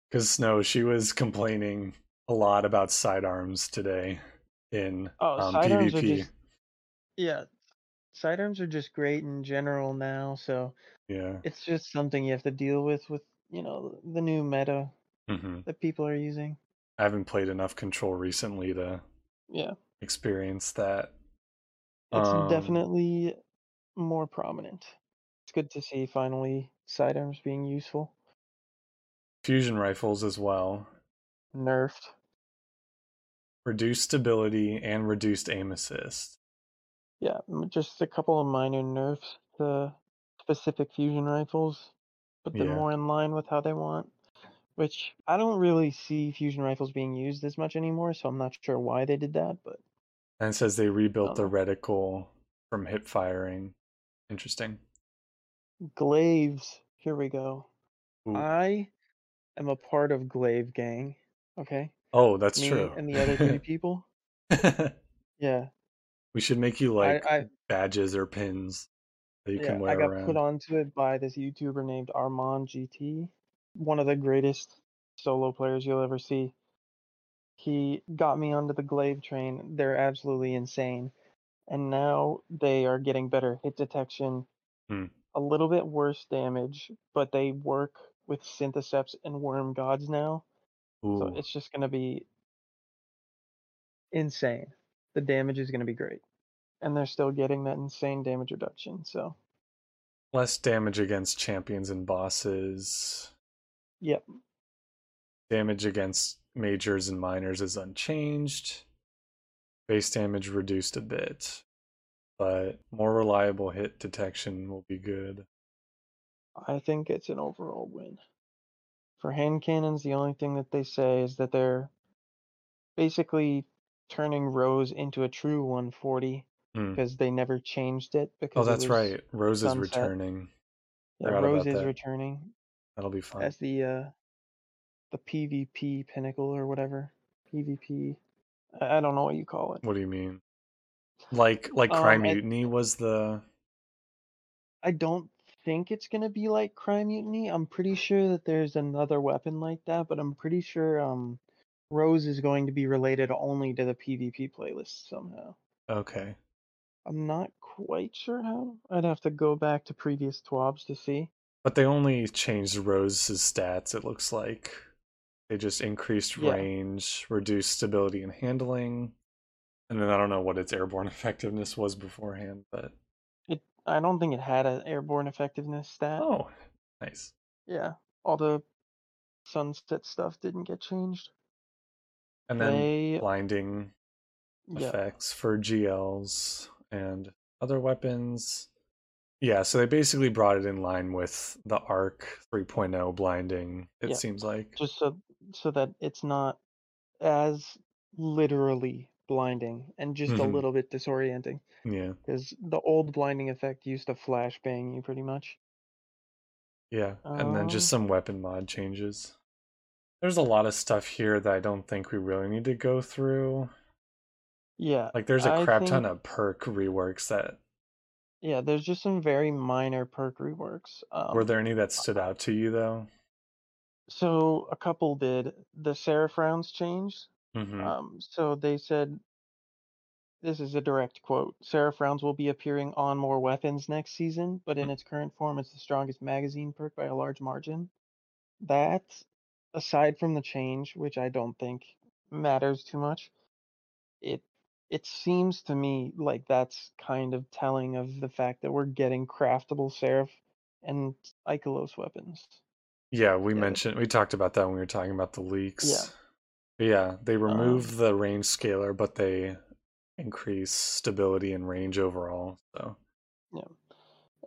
because Snow she was complaining a lot about sidearms today in
Oh,
um,
sidearms are
PvP.
just. Yeah, sidearms are just great in general now, so.
Yeah.
it's just something you have to deal with with you know the new meta
hmm
that people are using
I haven't played enough Control recently to
yeah
experience that.
it's
Um,
definitely more prominent it's good to see finally sidearms being useful
fusion rifles as well.
nerfed
reduced stability, and reduced aim assist.
Yeah, m- just a couple of minor nerfs to specific fusion rifles, put them
Yeah.
more in line with how they want. Which I don't really see fusion rifles being used as much anymore, so I'm not sure why they did that. But
And it says they rebuilt the
Um,
reticle from hip firing. Interesting.
glaives, here we go.
Ooh.
I am a part of glaive gang. Okay,
oh, that's
me
true.
and the other three people. Yeah,
we should make you like
I, I
badges or pins that you
yeah,
can
I
wear
got
around.
put onto it by this YouTuber named Armand GT, one of the greatest solo players you'll ever see. He got me onto the glaive train. They're absolutely insane. And now they are getting better hit detection,
Hmm.
a little bit worse damage, but they work with Syntheseps and Worm Gods now. So
Ooh.
it's just going to be insane. The damage is going to be great. And they're still getting that insane damage reduction. So,
Less damage against champions and bosses.
yep.
Damage against majors and minors is unchanged. Base damage reduced a bit. But more reliable hit detection will be good.
I think it's an overall win. For hand cannons, the only thing that they say is that they're basically turning Rose into a true 140
Hmm.
because they never changed it.
Oh,
Because it
that's
was-
right. Rose is
sunset.
returning.
yeah,
Forgot
Rose
about
is
that.
returning
That'll be fun.
as the uh, the PvP pinnacle or whatever PvP. I, I don't know what you call it.
What do you mean? Like like Cry
Um, and-
Mutiny was the
I don't think it's gonna be like Crime Mutiny. I'm pretty sure that there's another weapon like that, but I'm pretty sure um Rose is going to be related only to the PvP playlist somehow.
okay.
I'm not quite sure how. I'd have to go back to previous twabs to see.
But they only changed Rose's stats, it looks like. They just increased
Yeah.
range, reduced stability and handling. And then I don't know what its airborne effectiveness was beforehand, but
I don't think it had an airborne effectiveness stat.
oh nice.
Yeah. All the sunset stuff didn't get changed.
And then
they
blinding
yeah.
effects for GLs and other weapons. Yeah, so they basically brought it in line with the Arc 3.0 blinding, it
Yeah.
seems like.
just so so that it's not as literally blinding and just
Mhm.
a little bit disorienting
Yeah.
because the old blinding effect used to flash bang you pretty much
Yeah, and then just
Um,
some weapon mod changes. There's a lot of stuff here that I don't think we really need to go through.
yeah
Like, there's a
I
crap ton
think-
of perk reworks that.
yeah there's just some very minor perk reworks um,
Were there any that stood out to you, though?
so a couple did the serif rounds changed
hmm
Um, so they said, this is a direct quote Seraph rounds will be appearing on more weapons next season, but in its current form, it's the strongest magazine perk by a large margin. That, aside from the change, which I don't think matters too much, it it seems to me like that's kind of telling of the fact that we're getting craftable Seraph and Icolos weapons.
Yeah, we
Yeah.
mentioned, we talked about that when we were talking about the leaks. But yeah, they removed
Um,
the range scaler, but they increase stability and range overall. So,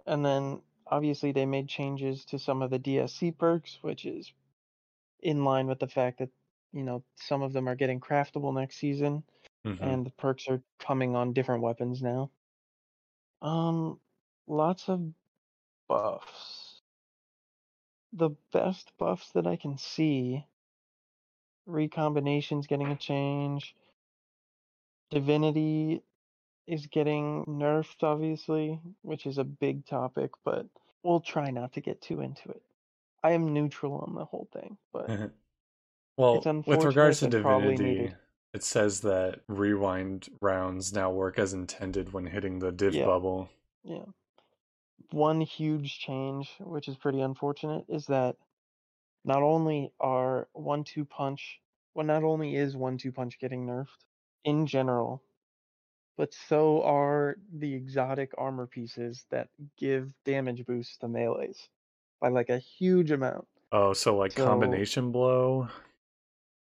And then obviously they made changes to some of the DSC perks, which is in line with the fact that, you know, some of them are getting craftable next season
mhm.
and the perks are coming on different weapons now. Um lots of buffs. The best buffs that I can see recombinations getting a change. Divinity is getting nerfed, obviously, which is a big topic, but we'll try not to get too into it. I am neutral on the whole thing, but
Mm-hmm. well, with
unfortunate,
regards to
but probably
divinity,
needed.
it says that rewind rounds now work as intended when hitting the div
Yeah.
bubble.
one huge change, which is pretty unfortunate, is that not only are one two punch well not only is one two punch getting nerfed in general, but so are the exotic armor pieces that give damage boosts to melees by like a huge amount.
Oh, so like
So-
combination blow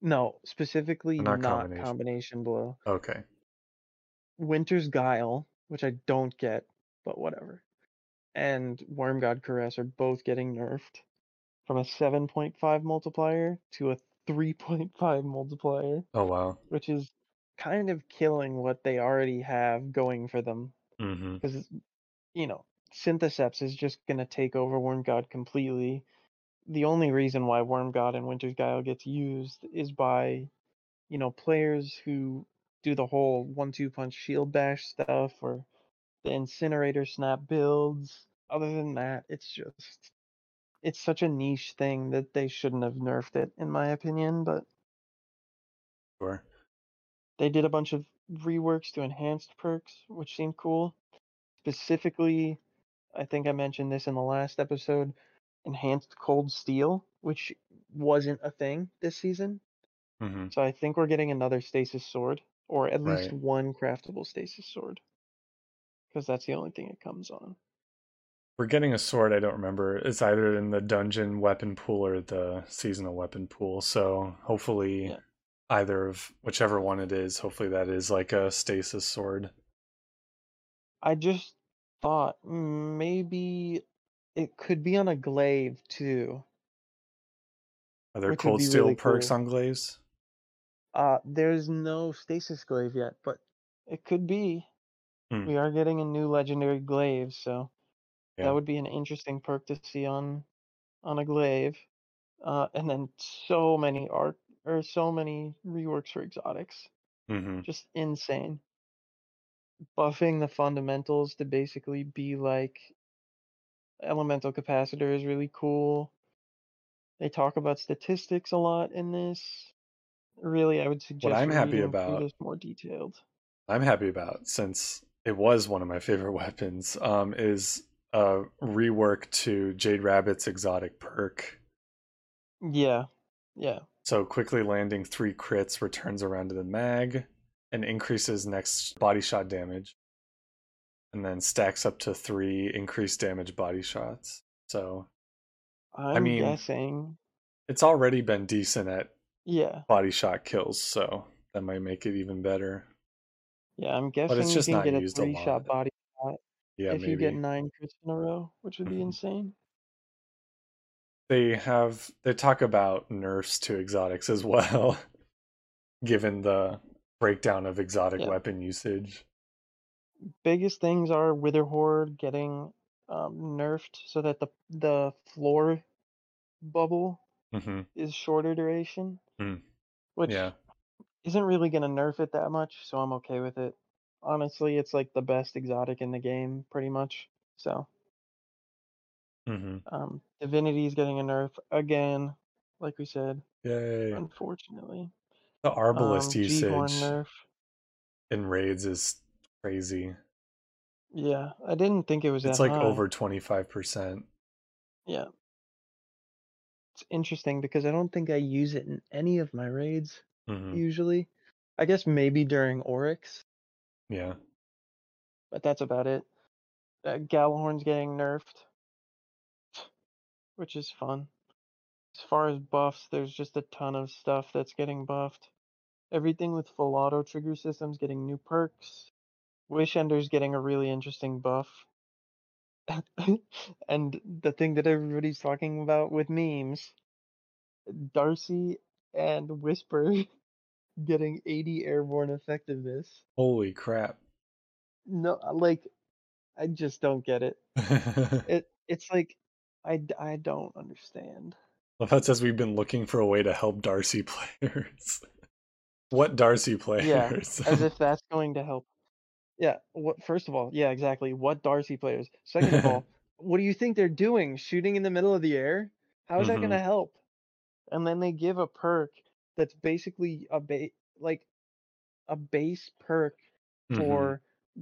No, specifically
Not
not,
combination.
combination. blow.
Okay.
Winter's Guile, which I don't get, but whatever. And Worm God Caress are both getting nerfed from a 7.5 multiplier to a 3.5 multiplier,
Oh wow.
which is kind of killing what they already have going for them
Mm-hmm.
because you know syntheseps is just going to take over worm god completely the only reason why worm god and winter's guile gets used is by you know players who do the whole one two punch shield bash stuff or the incinerator snap builds other than that it's just it's such a niche thing that they shouldn't have nerfed it in my opinion but
Sure.
they did a bunch of reworks to enhanced perks, which seemed cool. Specifically, I think I mentioned this in the last episode enhanced cold steel, which wasn't a thing this season.
Mm-hmm.
So I think we're getting another stasis sword, or at least
Right.
one craftable stasis sword. Because that's the only thing it comes on.
We're getting a sword. I don't remember. It's either in the dungeon weapon pool or the seasonal weapon pool. So hopefully,
Yeah.
either of whichever one it is, hopefully that is like a stasis sword.
I just thought "Mm, maybe it could be on a glaive too.
Are there
Which would
cold
be
steel
really
perks
cool.
on glaives?
Uh, there's no stasis glaive yet, but it could be.
Hmm.
We are getting a new legendary glaive, so
Yeah.
that would be an interesting perk to see on on a glaive. Uh, and then so many art or so many reworks for exotics,
Mm-hmm.
just insane. Buffing the fundamentals to basically be like elemental capacitor is really cool. They talk about statistics a lot in this. Really, I would suggest
I'm happy
reading through
about-
this more detailed.
I'm happy about since it was one of my favorite weapons. Um, is a rework to Jade Rabbit's exotic perk.
Yeah, yeah.
So quickly landing three crits returns around to the mag and increases next body shot damage. And then stacks up to three increased damage body shots. So
I'm
mean-
guessing.
it's already been decent at
Yeah,
body shot kills, so that might make it even better.
yeah. I'm guessing
just
you
not
can get a
used a
three
lot.
shot body
Yeah,
if
maybe.
you get nine crits in a row, which would be
Mhm.
insane.
they have they talk about nerfs to exotics as well given the breakdown of exotic
Yeah.
weapon usage
Biggest things are Wither Horde getting um, nerfed so that the the floor bubble
mm-hmm.
is shorter duration,
Mm.
which
yeah
isn't really gonna nerf it that much. So I'm okay with it. Honestly, it's like the best exotic in the game, pretty much. So
mm-hmm.
um, Divinity is getting a nerf again, like we said.
yay
Unfortunately.
the arbalist
um,
usage
G-Horn nerf.
in raids is crazy
Yeah, I didn't think it was.
it's
that
like
high.
over 25%
It's interesting because I don't think I use it in any of my raids
hmm
usually. I guess maybe during Oryx,
yeah
but that's about it. Uh, Galahorn's getting nerfed, which is fun. As far as buffs, there's just a ton of stuff that's getting buffed. Everything with full auto trigger systems getting new perks. Wishender's getting a really interesting buff. and the thing that everybody's talking about with memes Darcy and Whisper getting 80 airborne effectiveness.
holy crap
No, uh, like, I just don't get it. It It's like, I, d- I don't understand.
that says we've been looking for a way to help darcy players what darcy players
as if that's going to help. Yeah. What? First of all, yeah, exactly. What Darcy players? Second of all, what do you think they're doing? Shooting in the middle of the air? How is that going to help? And then they give a perk that's basically a ba- like a base perk
Mhm.
for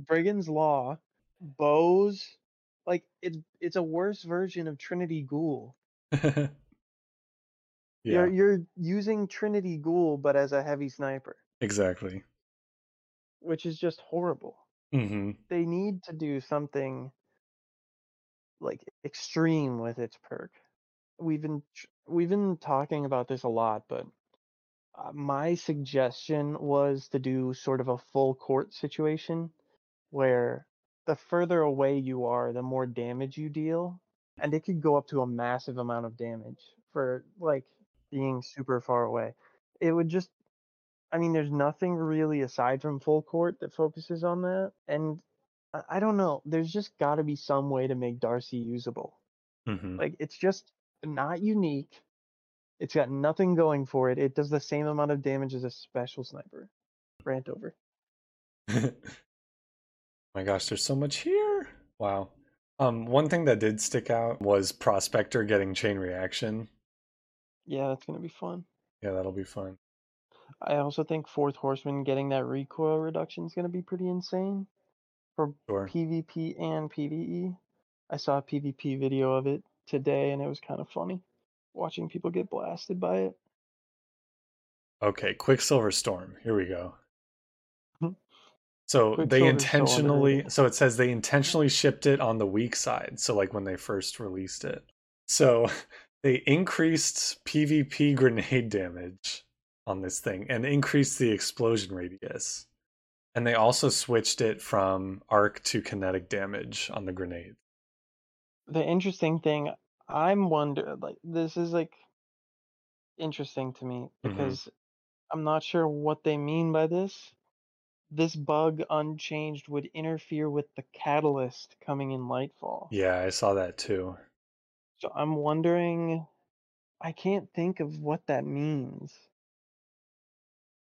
Brigand's Law, bows. Like it's it's a worse version of Trinity Ghoul.
yeah
You're you're using Trinity Ghoul but as a heavy sniper,
exactly
which is just horrible.
hmm
they need to do something like extreme with its perk. We've been tr- we've been talking about this a lot, but uh, my suggestion was to do sort of a full court situation where the further away you are, the more damage you deal. And it could go up to a massive amount of damage for like being super far away. It would just, I mean, there's nothing really aside from full court that focuses on that. And I, I don't know, there's just got to be some way to make Darcy usable.
Mhm.
Like it's just not unique. It's got nothing going for it. It does the same amount of damage as a special sniper. Rant over.
my gosh, there's so much here. Wow. Um, one thing that did stick out was Prospector getting chain reaction.
Yeah, that's gonna be fun.
Yeah, that'll be fun.
I also think Fourth Horseman getting that recoil reduction is gonna be pretty insane for
Sure.
PvP and PvE. I saw a PvP video of it today, and it was kind of funny watching people get blasted by it.
Okay, Quicksilver Storm. Here we go.
Mhm.
So they
Quicksilver Storm,
intentionally
alright.
so it says they intentionally shipped it on the weak side, so like when they first released it. So they increased PvP grenade damage on this thing and increased the explosion radius. And they also switched it from arc to kinetic damage on the grenade.
the interesting thing I'm wonder like this is like interesting to me
Mhm.
because I'm not sure what they mean by this. This bug unchanged would interfere with the catalyst coming in Lightfall.
Yeah, I saw that too.
So I'm wondering I can't think of what that means.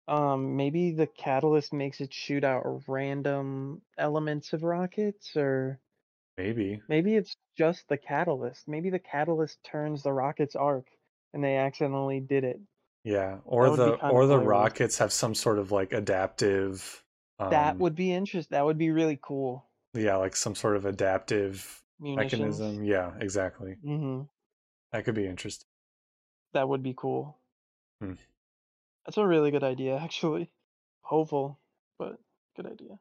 Um maybe the catalyst makes it shoot out random elements of rockets or
Maybe.
Maybe it's just the catalyst. Maybe the catalyst turns the rocket's arc and they accidentally did it.
Yeah, or
would be
the
kinda
or the
hilarious.
rockets have some sort of like adaptive um,
that would be interesting. That would be really cool.
yeah, like some sort of adaptive
Munitions.
mechanism. Yeah, exactly.
Mm-hmm.
That could be interesting.
That would be cool.
Hmm.
That's a really good idea, actually. Hopeful, but good idea.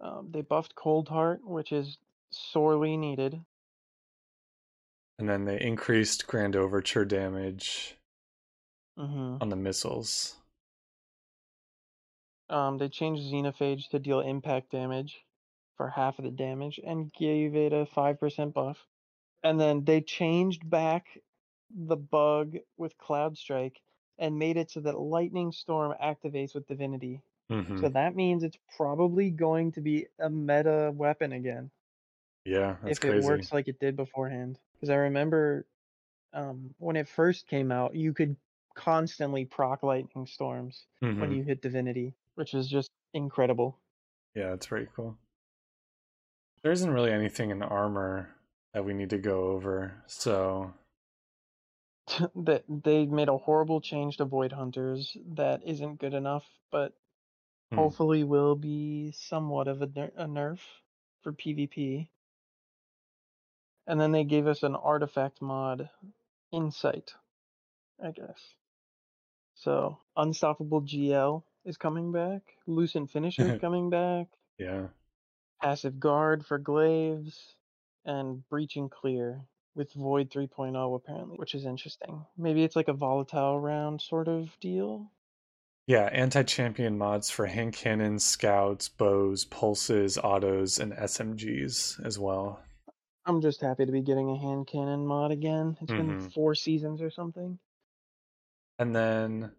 Um, they buffed Cold Heart, which is sorely needed.
And then they increased grand overture damage
Mm-hmm.
on the missiles.
Um, they changed Xenophage to deal impact damage for half of the damage and gave it a 5% buff. And then they changed back the bug with Cloud Strike and made it so that Lightning Storm activates with Divinity.
Mhm.
So that means it's probably going to be a meta weapon again
Yeah, that's
if
crazy.
it works like it did beforehand. Because I remember um, when it first came out, you could constantly proc Lightning Storms when
Mhm.
you hit divinity, which is just incredible.
Yeah, that's pretty cool. There isn't really anything in armor that we need to go over. So,
that they made a horrible change to void hunters that isn't good enough, but
hmm,
hopefully will be somewhat of a, ner- a nerf for PvP. And then they gave us an artifact mod, insight, I guess. So unstoppable GL is coming back. Lucent finisher is coming back.
yeah.
passive guard for glaives and breach and clear with void 3.0 apparently which is interesting maybe it's like a volatile round sort of deal
Yeah, anti-champion mods for hand cannons, scouts, bows, pulses, autos, and SMGs as well.
i'm just happy to be getting a hand cannon mod again It's been
Mhm.
four seasons or something
And then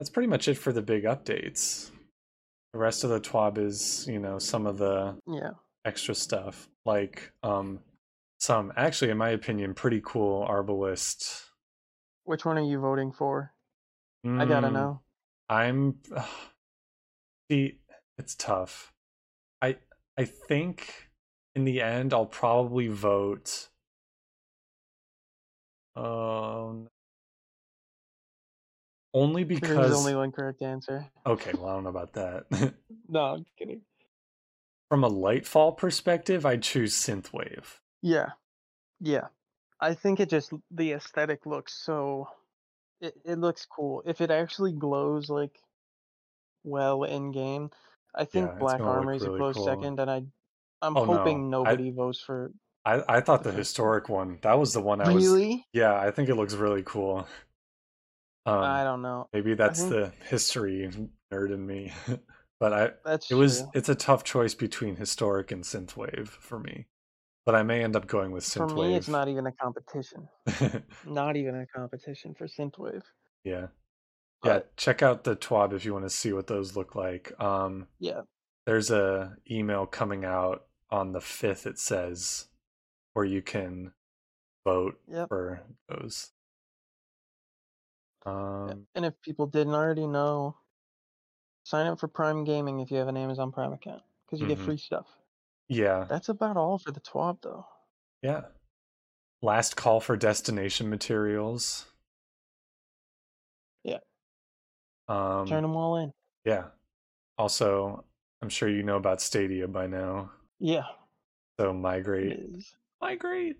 that's pretty much it for the big updates. The rest of the TWAB is, you know, some of the
yeah
extra stuff, like um some actually in my opinion pretty cool arbalist.
which one are you voting for i gotta
Mm,
know
I'm see it's tough. I I think in the end I'll probably vote um only
there's
because
only one correct answer
okay, well I don't know about that.
no i'm kidding
From a Lightfall perspective, I choose Synthwave.
yeah yeah i think it just the aesthetic looks so it, it looks cool if it actually glows like well in game i think
Yeah, it's
black
gonna look
armor is
really
a close
cool.
second and i i'm
Oh, no,
hoping
I-
nobody votes for
I, I thought
The
the
first
historic one that was the one I was.
really
Yeah, I think it looks really cool. Um,
I don't know.
maybe that's
think-
the history nerd in me, but I
That's
it was
true.
it's a tough choice between historic and synthwave for me. But I may end up going with
for
synthwave.
me. It's not even a competition. Not even a competition for synthwave.
yeah. Yeah,
But
check out the TWAB if you want to see what those look like. Um,
Yeah.
there's a email coming out on the fifth. It says where you can vote
Yep.
for those. Um,
and if people didn't already know, sign up for Prime Gaming if you have an Amazon Prime account because you
Mhm.
get free stuff.
yeah,
That's about all for the TWAB though.
yeah. Last call for destination materials.
Yeah.
Um,
Turn them all in.
yeah. Also, I'm sure you know about Stadia by now.
Yeah,
So
it
migrate,
is.
migrate.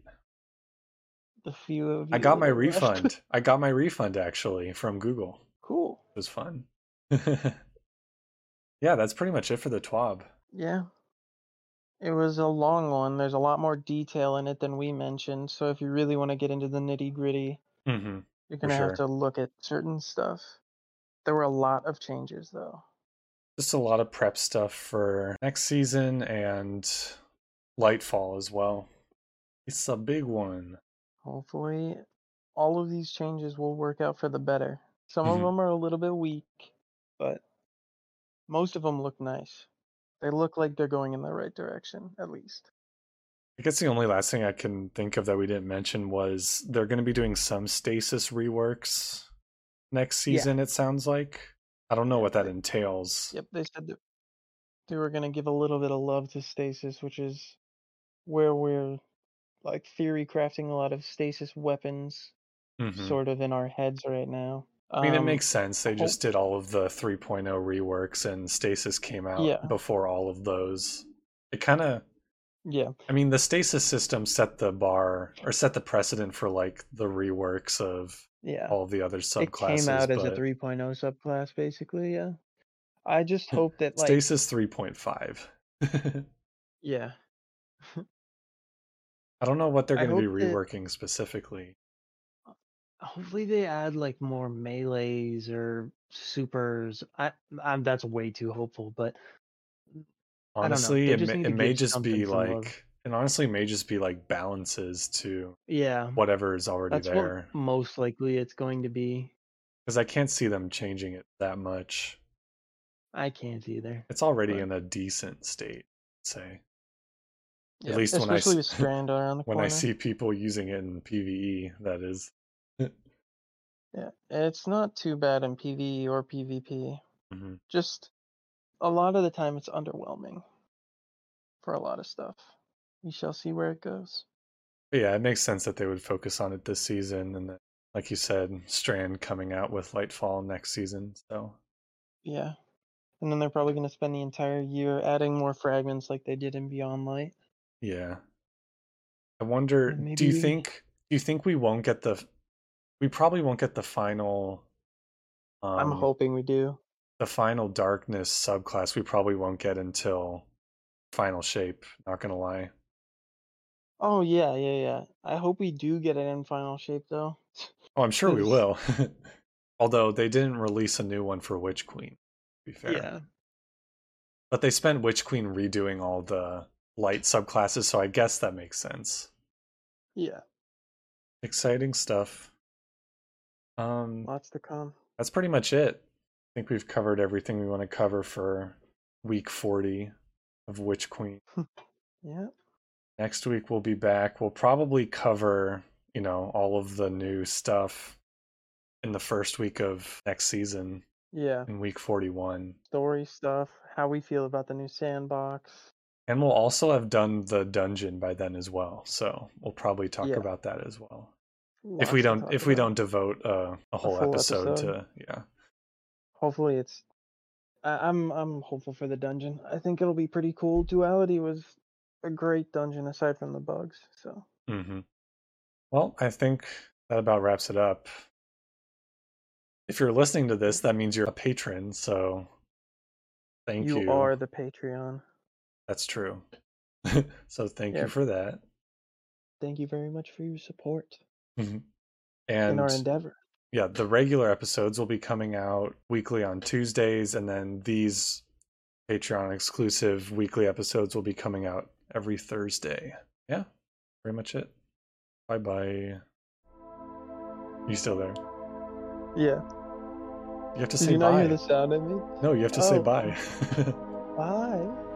The few of
I
you
got my
that are left.
refund. I got my refund actually from Google.
cool.
It was fun. yeah, that's pretty much it for the TWAB.
Yeah. It was a long one. There's a lot more detail in it than we mentioned. So if you really want to get into the nitty gritty,
Mm-hmm. For
you're going to
sure.
have to look at certain stuff. There were a lot of changes, though.
Just a lot of prep stuff for next season and Lightfall as well. It's a big one.
Hopefully, all of these changes will work out for the better. Some of
Mhm.
them are a little bit weak, but most of them look nice. They look like they're going in the right direction, at least.
I guess the only last thing I can think of that we didn't mention was they're going to be doing some stasis reworks next
Yeah.
season, it sounds like. I don't know what that entails.
Yep, they said that they were going to give a little bit of love to stasis, which is where we're like theory crafting a lot of stasis weapons
Mhm.
sort of in our heads right now.
I mean, it
Um,
makes sense. They
hope-
just did all of the 3.0 reworks, and Stasis came out
Yeah.
before all of those. It kind of,
yeah,
I mean, the Stasis system set the bar or set the precedent for like the reworks of
yeah.
all the other
It
subclasses.
came out as a
but
3.0 subclass basically, yeah. I just hope that like
Stasis 3.5.
yeah.
I don't know what they're
I
going to be
hope that-
reworking specifically.
Hopefully they add like more melees or supers. I I'm that's way too hopeful, but I don't know.
Honestly,
They
it,
just
may,
need to
it may
give
just be
something some
like,
love.
it honestly may just be like balances to
yeah.
whatever is already
Mm-hmm. That's
there.
what mm. most likely it's going to be.
Because I can't see them changing it that much.
I can't either.
It's already
But-
in a decent state, I'd say.
Yeah,
least when I
especially
s-
with Strand around the
When
corner.
I see people using it in PvE, that is.
Yeah, it's not too bad in PvE or PvP.
Mhm.
Just a lot of the time it's underwhelming for a lot of stuff. We shall see where it goes.
But yeah, it makes sense that they would focus on it this season, and that, like you said, Strand coming out with Lightfall next season. So
Yeah. And then they're probably going to spend the entire year adding more fragments like they did in Beyond Light.
yeah, I wonder.
And
Do you
maybe-
think? Do you think we won't get the? We probably won't get the final. Um,
I'm hoping we do.
the final darkness subclass. We probably won't get until final shape. Not gonna lie.
Oh, yeah, yeah, yeah. I hope we do get it in final shape, though.
Oh, I'm sure we
Is-
will. Although they didn't release a new one for Witch Queen, to be fair.
Yeah.
But they spent Witch Queen redoing all the light subclasses, so I guess that makes sense.
Yeah.
Exciting stuff. Um
Lots to come.
that's pretty much it. I think we've covered everything we want to cover for week 40 of Witch Queen.
Yeah.
Next week we'll be back. We'll probably cover, you know, all of the new stuff in the first week of next season
Yeah.
in week 41.
Story stuff, how we feel about the new sandbox.
And we'll also have done the dungeon by then as well. So we'll probably talk
Yeah.
about that as well. if
Lots
we
to
don't
talk
if we
about.
don't devote uh, a whole
full
episode,
episode.
to yeah.
hopefully it's I, I'm I'm hopeful for the dungeon. I think it'll be pretty cool. Duality was a great dungeon aside from the bugs. So
hmm Well, I think that about wraps it up. If you're listening to this, that means you're a patron, so thank you.
you, are the Patreon.
That's true. so thank you
Yeah.
for that.
Thank you very much for your support
Mhm.
in our
And
endeavor.
yeah, the regular episodes will be coming out weekly on Tuesdays, and then these Patreon exclusive weekly episodes will be coming out every Thursday. Yeah, pretty much it. Bye bye. You still there?
Yeah.
You have to
Did
say
you not hear
bye.
the sound of me?
No, you have to say
Oh.
bye.
Bye.